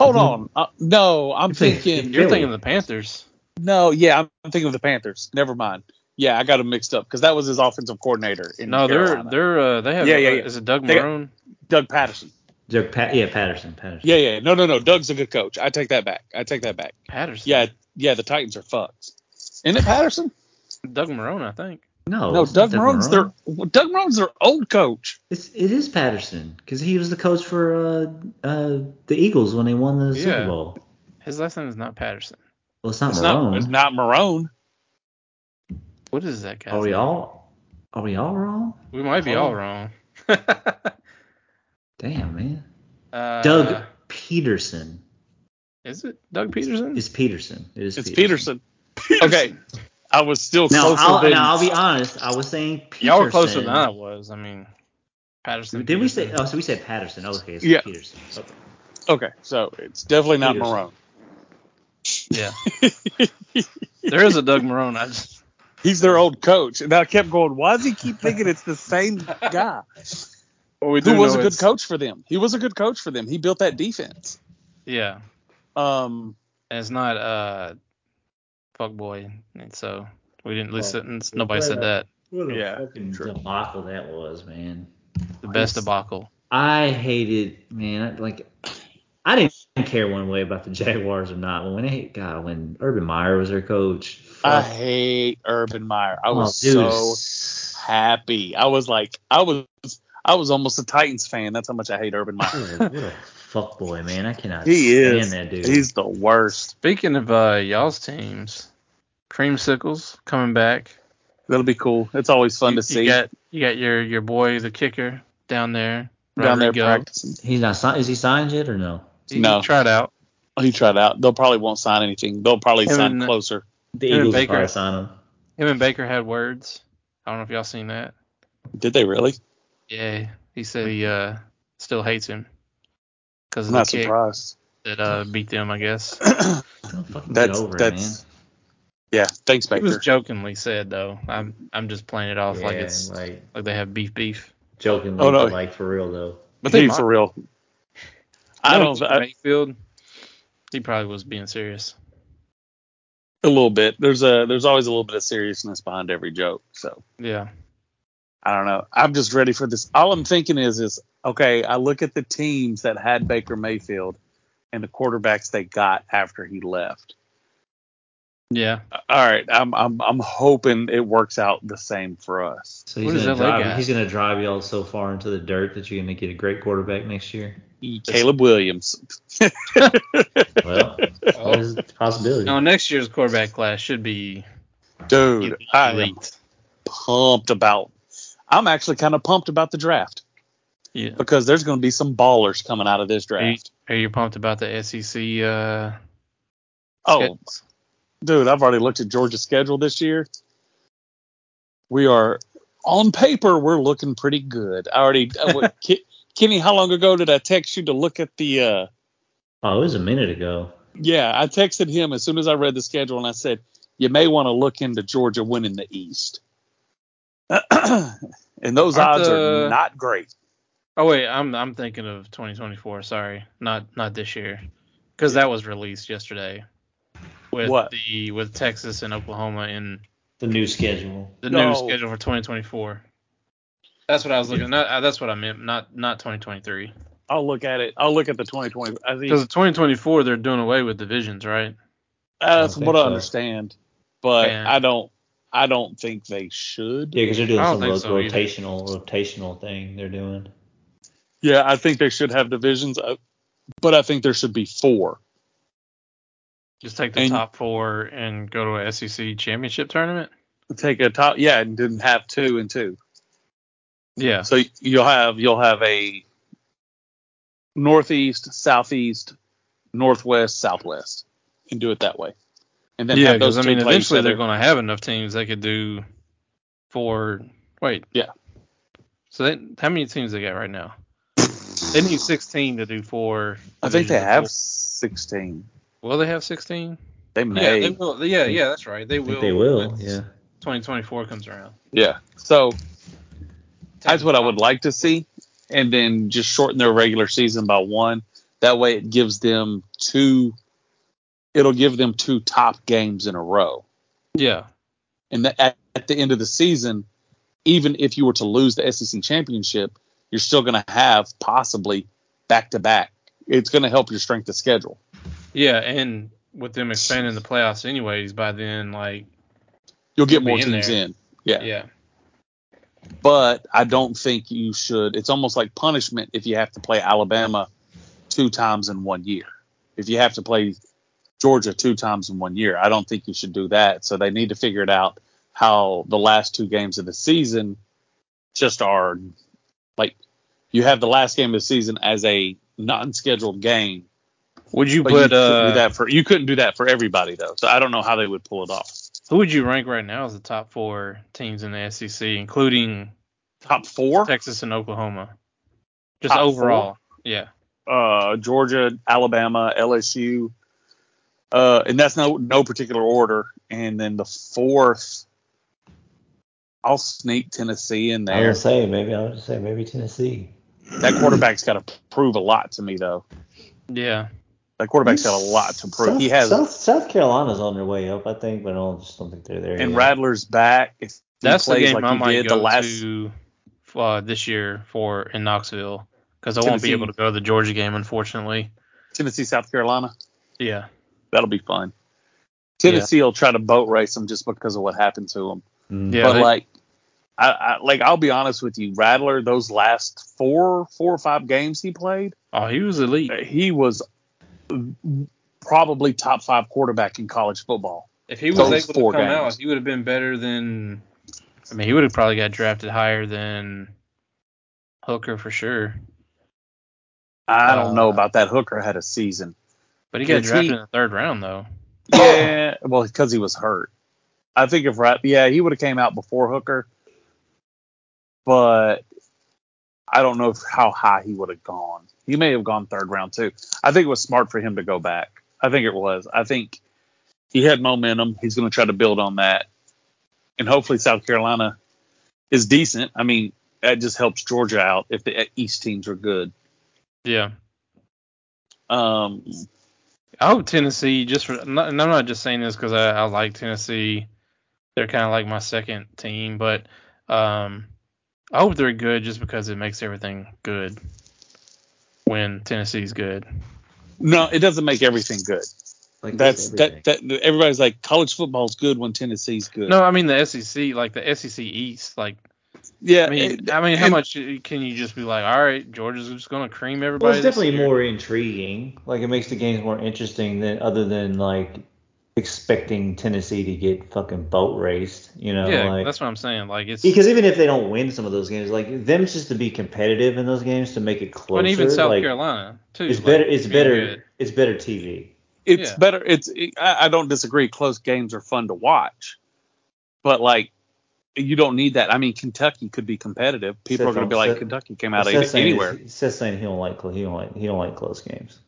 [SPEAKER 1] Hold
[SPEAKER 3] Mhm.
[SPEAKER 1] on. Uh, no, I'm
[SPEAKER 3] You're thinking-
[SPEAKER 1] thinking
[SPEAKER 2] You're
[SPEAKER 3] Philly.
[SPEAKER 2] thinking of the Panthers.
[SPEAKER 1] no. Yeah, I'm thinking of the Panthers. Never mind. Yeah, I got them mixed up because that was his offensive coordinator. In
[SPEAKER 2] No, they're
[SPEAKER 1] Carolina.
[SPEAKER 2] they're uh, they have.
[SPEAKER 1] Yeah, yeah, yeah.
[SPEAKER 2] Is it Doug
[SPEAKER 1] They got-
[SPEAKER 2] Marone?
[SPEAKER 1] Doug Patterson.
[SPEAKER 3] Jack Pat- yeah, Patterson, Patterson.
[SPEAKER 1] Yeah, yeah. No, no, no. Doug's a good coach. I take that back. I take that back.
[SPEAKER 2] Patterson.
[SPEAKER 1] Yeah, yeah. The Titans are fucked. Isn't it Patterson?
[SPEAKER 2] Doug Marone, I think.
[SPEAKER 3] No,
[SPEAKER 1] no,
[SPEAKER 3] it's not
[SPEAKER 1] Doug Marone's
[SPEAKER 3] Marone.
[SPEAKER 1] their Doug Marone's their old coach.
[SPEAKER 3] It's, it is Patterson because he was the coach for uh, uh, the Eagles when they won the
[SPEAKER 2] Yeah.
[SPEAKER 3] Super Bowl.
[SPEAKER 2] His last name is not Patterson.
[SPEAKER 3] Well, it's not
[SPEAKER 1] It's
[SPEAKER 3] Marone.
[SPEAKER 1] not. It's not Marone.
[SPEAKER 2] What is that guy?
[SPEAKER 3] Are we all? Are we all wrong?
[SPEAKER 2] We might be
[SPEAKER 3] Oh.
[SPEAKER 2] all wrong. uh,
[SPEAKER 3] Damn man.
[SPEAKER 1] Uh,
[SPEAKER 3] Doug Peterson
[SPEAKER 2] Is it Doug Peterson?
[SPEAKER 3] is Peterson. It is
[SPEAKER 1] It's Peterson. Okay. I was still
[SPEAKER 3] Now
[SPEAKER 1] closer
[SPEAKER 3] I'll,
[SPEAKER 1] than
[SPEAKER 3] now I'll be honest. I was saying Peterson.
[SPEAKER 2] Y'all were closer than I was. I mean, Patterson.
[SPEAKER 3] Did we say?
[SPEAKER 2] Peterson.
[SPEAKER 3] Oh, so we said Patterson. Okay, it's
[SPEAKER 1] Yeah.
[SPEAKER 3] Peterson. Okay.
[SPEAKER 1] Okay, so it's definitely not
[SPEAKER 3] Peterson.
[SPEAKER 1] Marone.
[SPEAKER 2] Yeah. there is a Doug Marone. I just,
[SPEAKER 1] He's their old coach. And I kept going, why does he keep thinking it's the same guy?
[SPEAKER 2] Well, we
[SPEAKER 1] Who was
[SPEAKER 2] know
[SPEAKER 1] a good
[SPEAKER 2] it's-
[SPEAKER 1] coach for them? He was a good coach for them. He built that defense.
[SPEAKER 2] Yeah,
[SPEAKER 1] Um,
[SPEAKER 2] and it's not uh, fuck boy, and so we didn't listen.
[SPEAKER 3] we
[SPEAKER 2] nobody
[SPEAKER 3] played
[SPEAKER 2] said that.
[SPEAKER 3] that. What a
[SPEAKER 1] Yeah,
[SPEAKER 3] fucking
[SPEAKER 1] true.
[SPEAKER 3] debacle that was, man.
[SPEAKER 2] The best
[SPEAKER 3] Nice.
[SPEAKER 2] debacle.
[SPEAKER 3] I hated, man. I- Like, I didn't care one way about the Jaguars or not. But when they, God, when Urban Meyer was their coach,
[SPEAKER 1] I
[SPEAKER 3] fuck,
[SPEAKER 1] hate Urban Meyer. I
[SPEAKER 3] oh,
[SPEAKER 1] was
[SPEAKER 3] dude,
[SPEAKER 1] so happy. I was like, I was, I was almost a Titans fan. That's how much I hate Urban Meyer.
[SPEAKER 3] what a- what a fuck boy, man. I cannot
[SPEAKER 1] He
[SPEAKER 3] stand
[SPEAKER 1] is.
[SPEAKER 3] that dude.
[SPEAKER 1] He's the worst.
[SPEAKER 2] Speaking of uh, y'all's teams, Creamsicles coming back.
[SPEAKER 1] That'll be cool. It's always fun
[SPEAKER 2] you,
[SPEAKER 1] to see
[SPEAKER 2] You got you got your your boy the kicker down there.
[SPEAKER 1] down there
[SPEAKER 2] Rodrigo.
[SPEAKER 1] practicing.
[SPEAKER 3] He's not signed. Is he signed yet or no?
[SPEAKER 2] He
[SPEAKER 1] No.
[SPEAKER 2] tried out.
[SPEAKER 1] Oh, He tried out. They'll probably won't sign anything. They'll probably
[SPEAKER 2] Him
[SPEAKER 1] sign
[SPEAKER 2] and- uh,
[SPEAKER 1] closer.
[SPEAKER 3] The
[SPEAKER 2] Aaron
[SPEAKER 3] Eagles will
[SPEAKER 2] Baker.
[SPEAKER 3] probably sign him.
[SPEAKER 2] Him and Baker had words. I don't know if y'all seen that.
[SPEAKER 1] Did they really?
[SPEAKER 2] Yeah, he said he uh still hates him because
[SPEAKER 1] I'm
[SPEAKER 2] of the
[SPEAKER 1] not
[SPEAKER 2] kick
[SPEAKER 1] surprised.
[SPEAKER 2] that uh beat them. I guess
[SPEAKER 3] Don't fucking
[SPEAKER 1] That's-
[SPEAKER 3] get over
[SPEAKER 1] that's-
[SPEAKER 3] it,
[SPEAKER 1] Yeah. Thanks,
[SPEAKER 2] it was
[SPEAKER 1] Baker.
[SPEAKER 2] jokingly said though. I'm I'm just playing it off
[SPEAKER 3] man.
[SPEAKER 2] like
[SPEAKER 3] yeah,
[SPEAKER 2] it's
[SPEAKER 3] like
[SPEAKER 2] like they have beef beef.
[SPEAKER 3] jokingly,
[SPEAKER 1] Oh, no.
[SPEAKER 3] but, like for real though.
[SPEAKER 1] But
[SPEAKER 2] But they
[SPEAKER 1] he
[SPEAKER 2] might.
[SPEAKER 1] for real. I don't. I,
[SPEAKER 2] Mayfield. He probably was being serious.
[SPEAKER 1] a little bit. There's a. There's always a little bit of seriousness behind every joke. So.
[SPEAKER 2] Yeah.
[SPEAKER 1] I don't know. I'm just ready for this. All I'm thinking is, is okay. I look at the teams that had Baker Mayfield and the quarterbacks they got after he left.
[SPEAKER 2] Yeah.
[SPEAKER 1] All right, I'm I'm I'm hoping it works out the same for us.
[SPEAKER 3] So he's
[SPEAKER 2] What does
[SPEAKER 3] gonna
[SPEAKER 2] that look
[SPEAKER 3] drive.
[SPEAKER 2] at?
[SPEAKER 3] He's gonna drive y'all so far into the dirt that you're gonna get a great quarterback next year.
[SPEAKER 1] Caleb Williams.
[SPEAKER 3] Well, there's a possibility.
[SPEAKER 2] No, next year's quarterback class should be
[SPEAKER 1] Dude, I am
[SPEAKER 2] elite.
[SPEAKER 1] pumped about. I'm actually kind of pumped about the draft
[SPEAKER 2] Yeah.
[SPEAKER 1] because there's going to be some ballers coming out of this draft.
[SPEAKER 2] Are you pumped about the SEC? Uh,
[SPEAKER 1] Oh, dude, I've already looked at Georgia's schedule this year. We are on paper, we're looking pretty good. I already, uh, what, Ki- Kenny, how long ago did I text you to look at the? Uh,
[SPEAKER 3] Oh, it was a minute ago.
[SPEAKER 1] yeah, I texted him as soon as I read the schedule, and I said, "You may want to look into Georgia winning the East." and those
[SPEAKER 2] Aren't
[SPEAKER 1] odds
[SPEAKER 2] the-
[SPEAKER 1] are not great.
[SPEAKER 2] Oh wait, I'm I'm thinking of 2024. Sorry, not not this year, because that was released yesterday. With
[SPEAKER 1] What?
[SPEAKER 2] the with Texas and Oklahoma in
[SPEAKER 3] The new schedule.
[SPEAKER 2] the
[SPEAKER 1] No.
[SPEAKER 2] new schedule for 2024. That's what I was looking. Not, that's what I meant. Not not 2023.
[SPEAKER 1] I'll look at it. I'll look at the 2020. I
[SPEAKER 2] Because
[SPEAKER 1] think,
[SPEAKER 2] 2024, they're doing away with divisions, right?
[SPEAKER 1] uh, that's
[SPEAKER 3] I don't
[SPEAKER 1] what
[SPEAKER 3] think
[SPEAKER 1] I
[SPEAKER 3] so.
[SPEAKER 1] understand, but
[SPEAKER 2] Yeah.
[SPEAKER 1] I don't. I don't think they should.
[SPEAKER 3] Yeah, because they're doing
[SPEAKER 2] I don't
[SPEAKER 3] some
[SPEAKER 2] think
[SPEAKER 3] ro-
[SPEAKER 2] so either.
[SPEAKER 3] rotational, rotational thing they're doing.
[SPEAKER 1] Yeah, I think they should have divisions, uh, but I think there should be four.
[SPEAKER 2] Just take the
[SPEAKER 1] And-
[SPEAKER 2] top four and go to a SEC championship tournament.
[SPEAKER 1] Take a top, yeah, and didn't have two and two.
[SPEAKER 2] Yeah.
[SPEAKER 1] So you'll have you'll have a northeast, southeast, northwest, southwest, and do it that way. And then
[SPEAKER 2] yeah,
[SPEAKER 1] have those
[SPEAKER 2] because I
[SPEAKER 1] two
[SPEAKER 2] mean,
[SPEAKER 1] play each
[SPEAKER 2] eventually they're
[SPEAKER 1] other.
[SPEAKER 2] going to have enough teams they could do four. Wait.
[SPEAKER 1] Yeah.
[SPEAKER 2] So they, how many teams they got right now? They need 16 to do four.
[SPEAKER 1] I think they
[SPEAKER 2] divisions.
[SPEAKER 1] have sixteen.
[SPEAKER 2] Will they have Hmm. 16?
[SPEAKER 1] They
[SPEAKER 2] Yeah,
[SPEAKER 1] may.
[SPEAKER 2] they will. Yeah, yeah, that's right. They
[SPEAKER 3] I think
[SPEAKER 2] will.
[SPEAKER 3] they will.
[SPEAKER 2] once
[SPEAKER 3] Yeah.
[SPEAKER 2] 2024 comes around.
[SPEAKER 1] yeah. So that's what I would like to see, and then just shorten their regular season by one. That way, it gives them two. It'll give them two top games in a row,
[SPEAKER 2] Yeah.
[SPEAKER 1] and that at, at the end of the season, even if you were to lose the SEC championship, you're still going to have possibly back to back. It's going to help your strength of schedule.
[SPEAKER 2] Yeah, and with them expanding the playoffs anyways, by then, like,
[SPEAKER 1] You'll get
[SPEAKER 2] You'll be
[SPEAKER 1] more
[SPEAKER 2] in
[SPEAKER 1] teams
[SPEAKER 2] there.
[SPEAKER 1] in. Yeah.
[SPEAKER 2] yeah.
[SPEAKER 1] but I don't think you should. It's almost like punishment if you have to play Alabama two times in one year. If you have to play Georgia two times in one year, I don't think you should do that. So they need to figure it out how the last two games of the season just are like you have the last game of the season as a non-scheduled game.
[SPEAKER 2] Would you
[SPEAKER 1] But, you
[SPEAKER 2] put,
[SPEAKER 1] couldn't
[SPEAKER 2] uh,
[SPEAKER 1] do that for you couldn't do that for everybody though. So I don't know how they would pull it off.
[SPEAKER 2] who would you rank right now as the top four teams in the SEC, including
[SPEAKER 1] Top four,
[SPEAKER 2] Texas and Oklahoma? Just
[SPEAKER 1] Top four?
[SPEAKER 2] overall. Yeah.
[SPEAKER 1] uh, Georgia, Alabama, LSU, uh, and that's no no particular order. And then the fourth, I'll sneak Tennessee in
[SPEAKER 3] I
[SPEAKER 1] there.
[SPEAKER 3] was say maybe I would say maybe Tennessee.
[SPEAKER 1] That quarterback's got to prove a lot to me, though.
[SPEAKER 2] Yeah.
[SPEAKER 1] That quarterback's got a lot to prove.
[SPEAKER 3] South,
[SPEAKER 1] he has,
[SPEAKER 3] South, South Carolina's on their way up, I think, but I don't, just don't think they're there.
[SPEAKER 1] and
[SPEAKER 3] yet.
[SPEAKER 1] Rattler's back. If he
[SPEAKER 2] That's the
[SPEAKER 1] plays
[SPEAKER 2] game
[SPEAKER 1] like
[SPEAKER 2] I
[SPEAKER 1] he
[SPEAKER 2] might
[SPEAKER 1] did
[SPEAKER 2] go
[SPEAKER 1] the last,
[SPEAKER 2] to uh, this year for in Knoxville because I won't be
[SPEAKER 1] Tennessee.
[SPEAKER 2] able to go to the Georgia game, unfortunately.
[SPEAKER 1] Tennessee, South Carolina.
[SPEAKER 2] Yeah.
[SPEAKER 1] That'll be fun. Tennessee will try to boat race him just because of what happened to him.
[SPEAKER 3] Mm.
[SPEAKER 2] Yeah.
[SPEAKER 1] but
[SPEAKER 2] they-
[SPEAKER 1] like, I, I like I'll be honest with you, Rattler. Those last four, four or five games he played,
[SPEAKER 2] oh, he was elite.
[SPEAKER 1] he was probably top five quarterback in college football.
[SPEAKER 2] If he was
[SPEAKER 1] Those
[SPEAKER 2] able to
[SPEAKER 1] four
[SPEAKER 2] come out,
[SPEAKER 1] games.
[SPEAKER 2] he would have been better than. I mean, he would have probably got drafted higher than Hooker for sure.
[SPEAKER 1] I don't know
[SPEAKER 2] Uh,
[SPEAKER 1] about that. Hooker had a season.
[SPEAKER 2] But he got
[SPEAKER 1] Yes, he-
[SPEAKER 2] drafted in the third round though.
[SPEAKER 1] Yeah, well, because he was hurt. I think if right, yeah, he would have came out before Hooker, but I don't know if, how high he would have gone. He may have gone third round too. I think it was smart for him to go back. I think it was. I think he had momentum. He's going to try to build on that, and hopefully South Carolina is decent. I mean, that just helps Georgia out if the East teams are good.
[SPEAKER 2] Yeah.
[SPEAKER 1] Um,
[SPEAKER 2] I hope Tennessee just for, and I'm not just saying this because I, I like Tennessee. They're kind of like my second team, but um, I hope they're good just because it makes everything good when Tennessee's good.
[SPEAKER 1] no, it doesn't make everything good.
[SPEAKER 6] Like
[SPEAKER 1] That's
[SPEAKER 6] everything.
[SPEAKER 1] that, that everybody's like college football's good when Tennessee's good.
[SPEAKER 2] No, I mean the SEC, like the SEC East, like
[SPEAKER 1] yeah,
[SPEAKER 2] I mean,
[SPEAKER 1] it-
[SPEAKER 2] I mean, how
[SPEAKER 1] and-
[SPEAKER 2] much can you just be like, all right, Georgia's just gonna cream everybody?
[SPEAKER 3] Well, it's
[SPEAKER 2] this
[SPEAKER 3] definitely
[SPEAKER 2] year."
[SPEAKER 3] more intriguing. Like it makes the games more interesting than other than like expecting Tennessee to get fucking boat raced. You know,
[SPEAKER 2] Yeah,
[SPEAKER 3] like
[SPEAKER 2] that's what I'm saying. Like it's
[SPEAKER 3] because even if they don't win some of those games, like them just to be competitive in those games to make it closer.
[SPEAKER 2] but even South
[SPEAKER 3] like,
[SPEAKER 2] Carolina too.
[SPEAKER 3] It's
[SPEAKER 2] like,
[SPEAKER 3] better. It's
[SPEAKER 2] being
[SPEAKER 3] better.
[SPEAKER 2] good.
[SPEAKER 3] It's better TV.
[SPEAKER 1] it's
[SPEAKER 2] yeah.
[SPEAKER 1] better. It's it, I, I don't disagree. Close games are fun to watch, but like you don't need that. I mean, Kentucky could be competitive. People
[SPEAKER 3] Seth
[SPEAKER 1] are going to
[SPEAKER 3] don't-
[SPEAKER 1] be like,
[SPEAKER 3] Seth-
[SPEAKER 1] Kentucky came out of
[SPEAKER 3] Seth's saying-
[SPEAKER 1] anywhere.
[SPEAKER 3] Seth's saying he don't like cl- he don't like he don't like close games.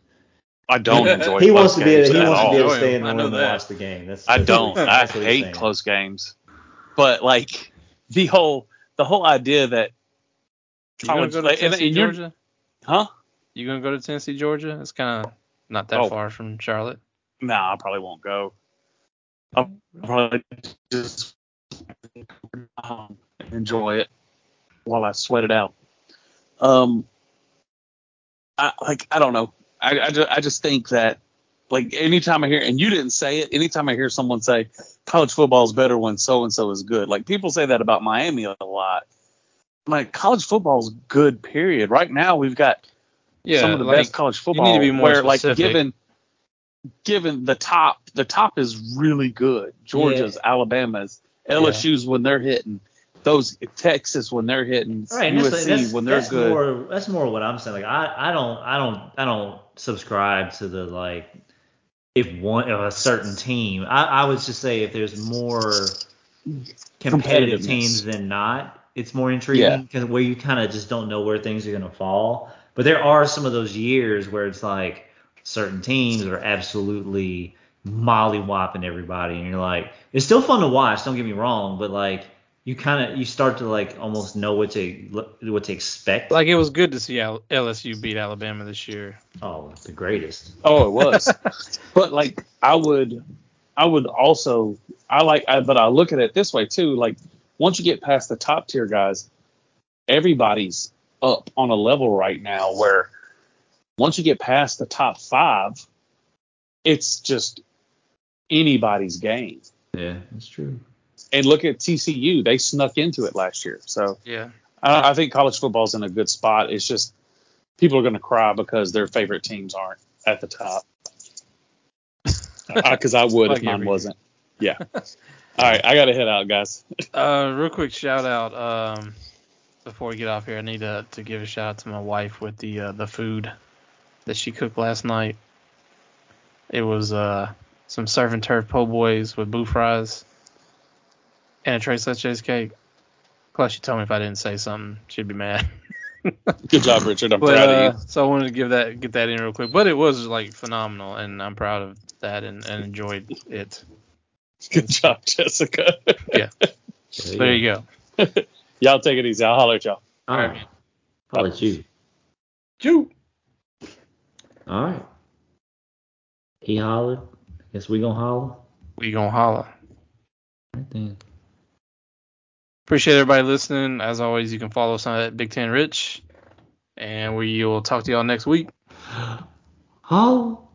[SPEAKER 1] I don't enjoy.
[SPEAKER 3] He
[SPEAKER 1] close
[SPEAKER 3] wants to be
[SPEAKER 1] games
[SPEAKER 3] he
[SPEAKER 1] at
[SPEAKER 3] wants to be
[SPEAKER 1] all.
[SPEAKER 3] able to
[SPEAKER 2] all.
[SPEAKER 3] stay in the
[SPEAKER 2] I
[SPEAKER 3] room
[SPEAKER 2] know
[SPEAKER 3] and
[SPEAKER 2] that.
[SPEAKER 3] watch the game. That's,
[SPEAKER 1] I
[SPEAKER 3] that's
[SPEAKER 1] don't.
[SPEAKER 3] what-
[SPEAKER 1] I
[SPEAKER 3] that's what he's
[SPEAKER 1] hate
[SPEAKER 3] saying.
[SPEAKER 1] close games, but like the whole the whole idea that
[SPEAKER 2] You gonna
[SPEAKER 1] college
[SPEAKER 2] go to
[SPEAKER 1] and-
[SPEAKER 2] Tennessee,
[SPEAKER 1] and you're-
[SPEAKER 2] Georgia?
[SPEAKER 1] huh?
[SPEAKER 2] You gonna go to Tennessee, Georgia? It's kind of not that
[SPEAKER 1] Oh.
[SPEAKER 2] far from Charlotte.
[SPEAKER 1] No, I probably won't go. I'll probably just um, enjoy it while I sweat it out. Um, I like I don't know. I I just, I just think that like anytime I hear and you didn't say it. Anytime I hear someone say college football is better when so and so is good. Like people say that about Miami a lot. I'm like college football is good. Period. Right now we've got
[SPEAKER 2] Yeah,
[SPEAKER 1] some of the
[SPEAKER 2] like,
[SPEAKER 1] best college football.
[SPEAKER 2] need to be more
[SPEAKER 1] where, like,
[SPEAKER 2] specific.
[SPEAKER 1] given given the top, the top is really good. Georgia's, Alabama's, LSU's when they're hitting, those Texas when they're hitting,
[SPEAKER 3] All right, and
[SPEAKER 1] USC
[SPEAKER 3] that's, that's,
[SPEAKER 1] when they're
[SPEAKER 3] that's
[SPEAKER 1] good.
[SPEAKER 3] More, that's more what I'm saying. Like I, I don't I don't I don't subscribe to the like if one of a certain team. I, I would just say if there's more competitive
[SPEAKER 1] Competitiveness.
[SPEAKER 3] teams than not, it's more intriguing because where you kind of just don't know where things are gonna fall. But there are some of those years where it's like certain teams are absolutely mollywhopping everybody, and you're like, it's still fun to watch. Don't get me wrong, but like you kind of you start to like almost know what to what to expect.
[SPEAKER 2] like it was good to see Al- LSU beat Alabama this year.
[SPEAKER 3] oh, the greatest.
[SPEAKER 1] Oh, it was. but like I would I would also I like I, but I look at it this way too. Like once you get past the top tier guys, everybody's up on a level right now where once you get past the top 5, it's just anybody's game.
[SPEAKER 3] Yeah, that's true.
[SPEAKER 1] And look at TCU, they snuck into it last year. So
[SPEAKER 2] Yeah,
[SPEAKER 1] I, I think college football's in a good spot. It's just people are going to cry because their favorite teams aren't at the top. Because I, would
[SPEAKER 2] Like
[SPEAKER 1] if mine
[SPEAKER 2] every
[SPEAKER 1] wasn't. Yeah. All right, I got to head out, guys.
[SPEAKER 2] Uh, real quick shout out. Um, before we get off here, I need to to give a shout out to my wife with the uh, the food that she cooked last night. It was uh some surf and turf po' boys with boo fries and a Trey Sanchez cake. Plus, she told me if I didn't say something, she'd be mad.
[SPEAKER 1] Good job, Richard. I'm
[SPEAKER 2] But
[SPEAKER 1] proud
[SPEAKER 2] uh,
[SPEAKER 1] of you.
[SPEAKER 2] so I wanted to give that get that in real quick. But it was like phenomenal, and I'm proud of that and, and enjoyed it.
[SPEAKER 1] Good job, Jessica.
[SPEAKER 2] There you go.
[SPEAKER 1] y'all take it easy. I'll holler at y'all.
[SPEAKER 3] All right. How about you?
[SPEAKER 2] Shoot.
[SPEAKER 3] All right. He hollered. Guess we gonna holler.
[SPEAKER 2] We gonna holler.
[SPEAKER 3] Right then.
[SPEAKER 2] Appreciate everybody listening. As always, you can follow us on at Big Ten Rich, and we will talk to y'all next week.
[SPEAKER 3] Holler.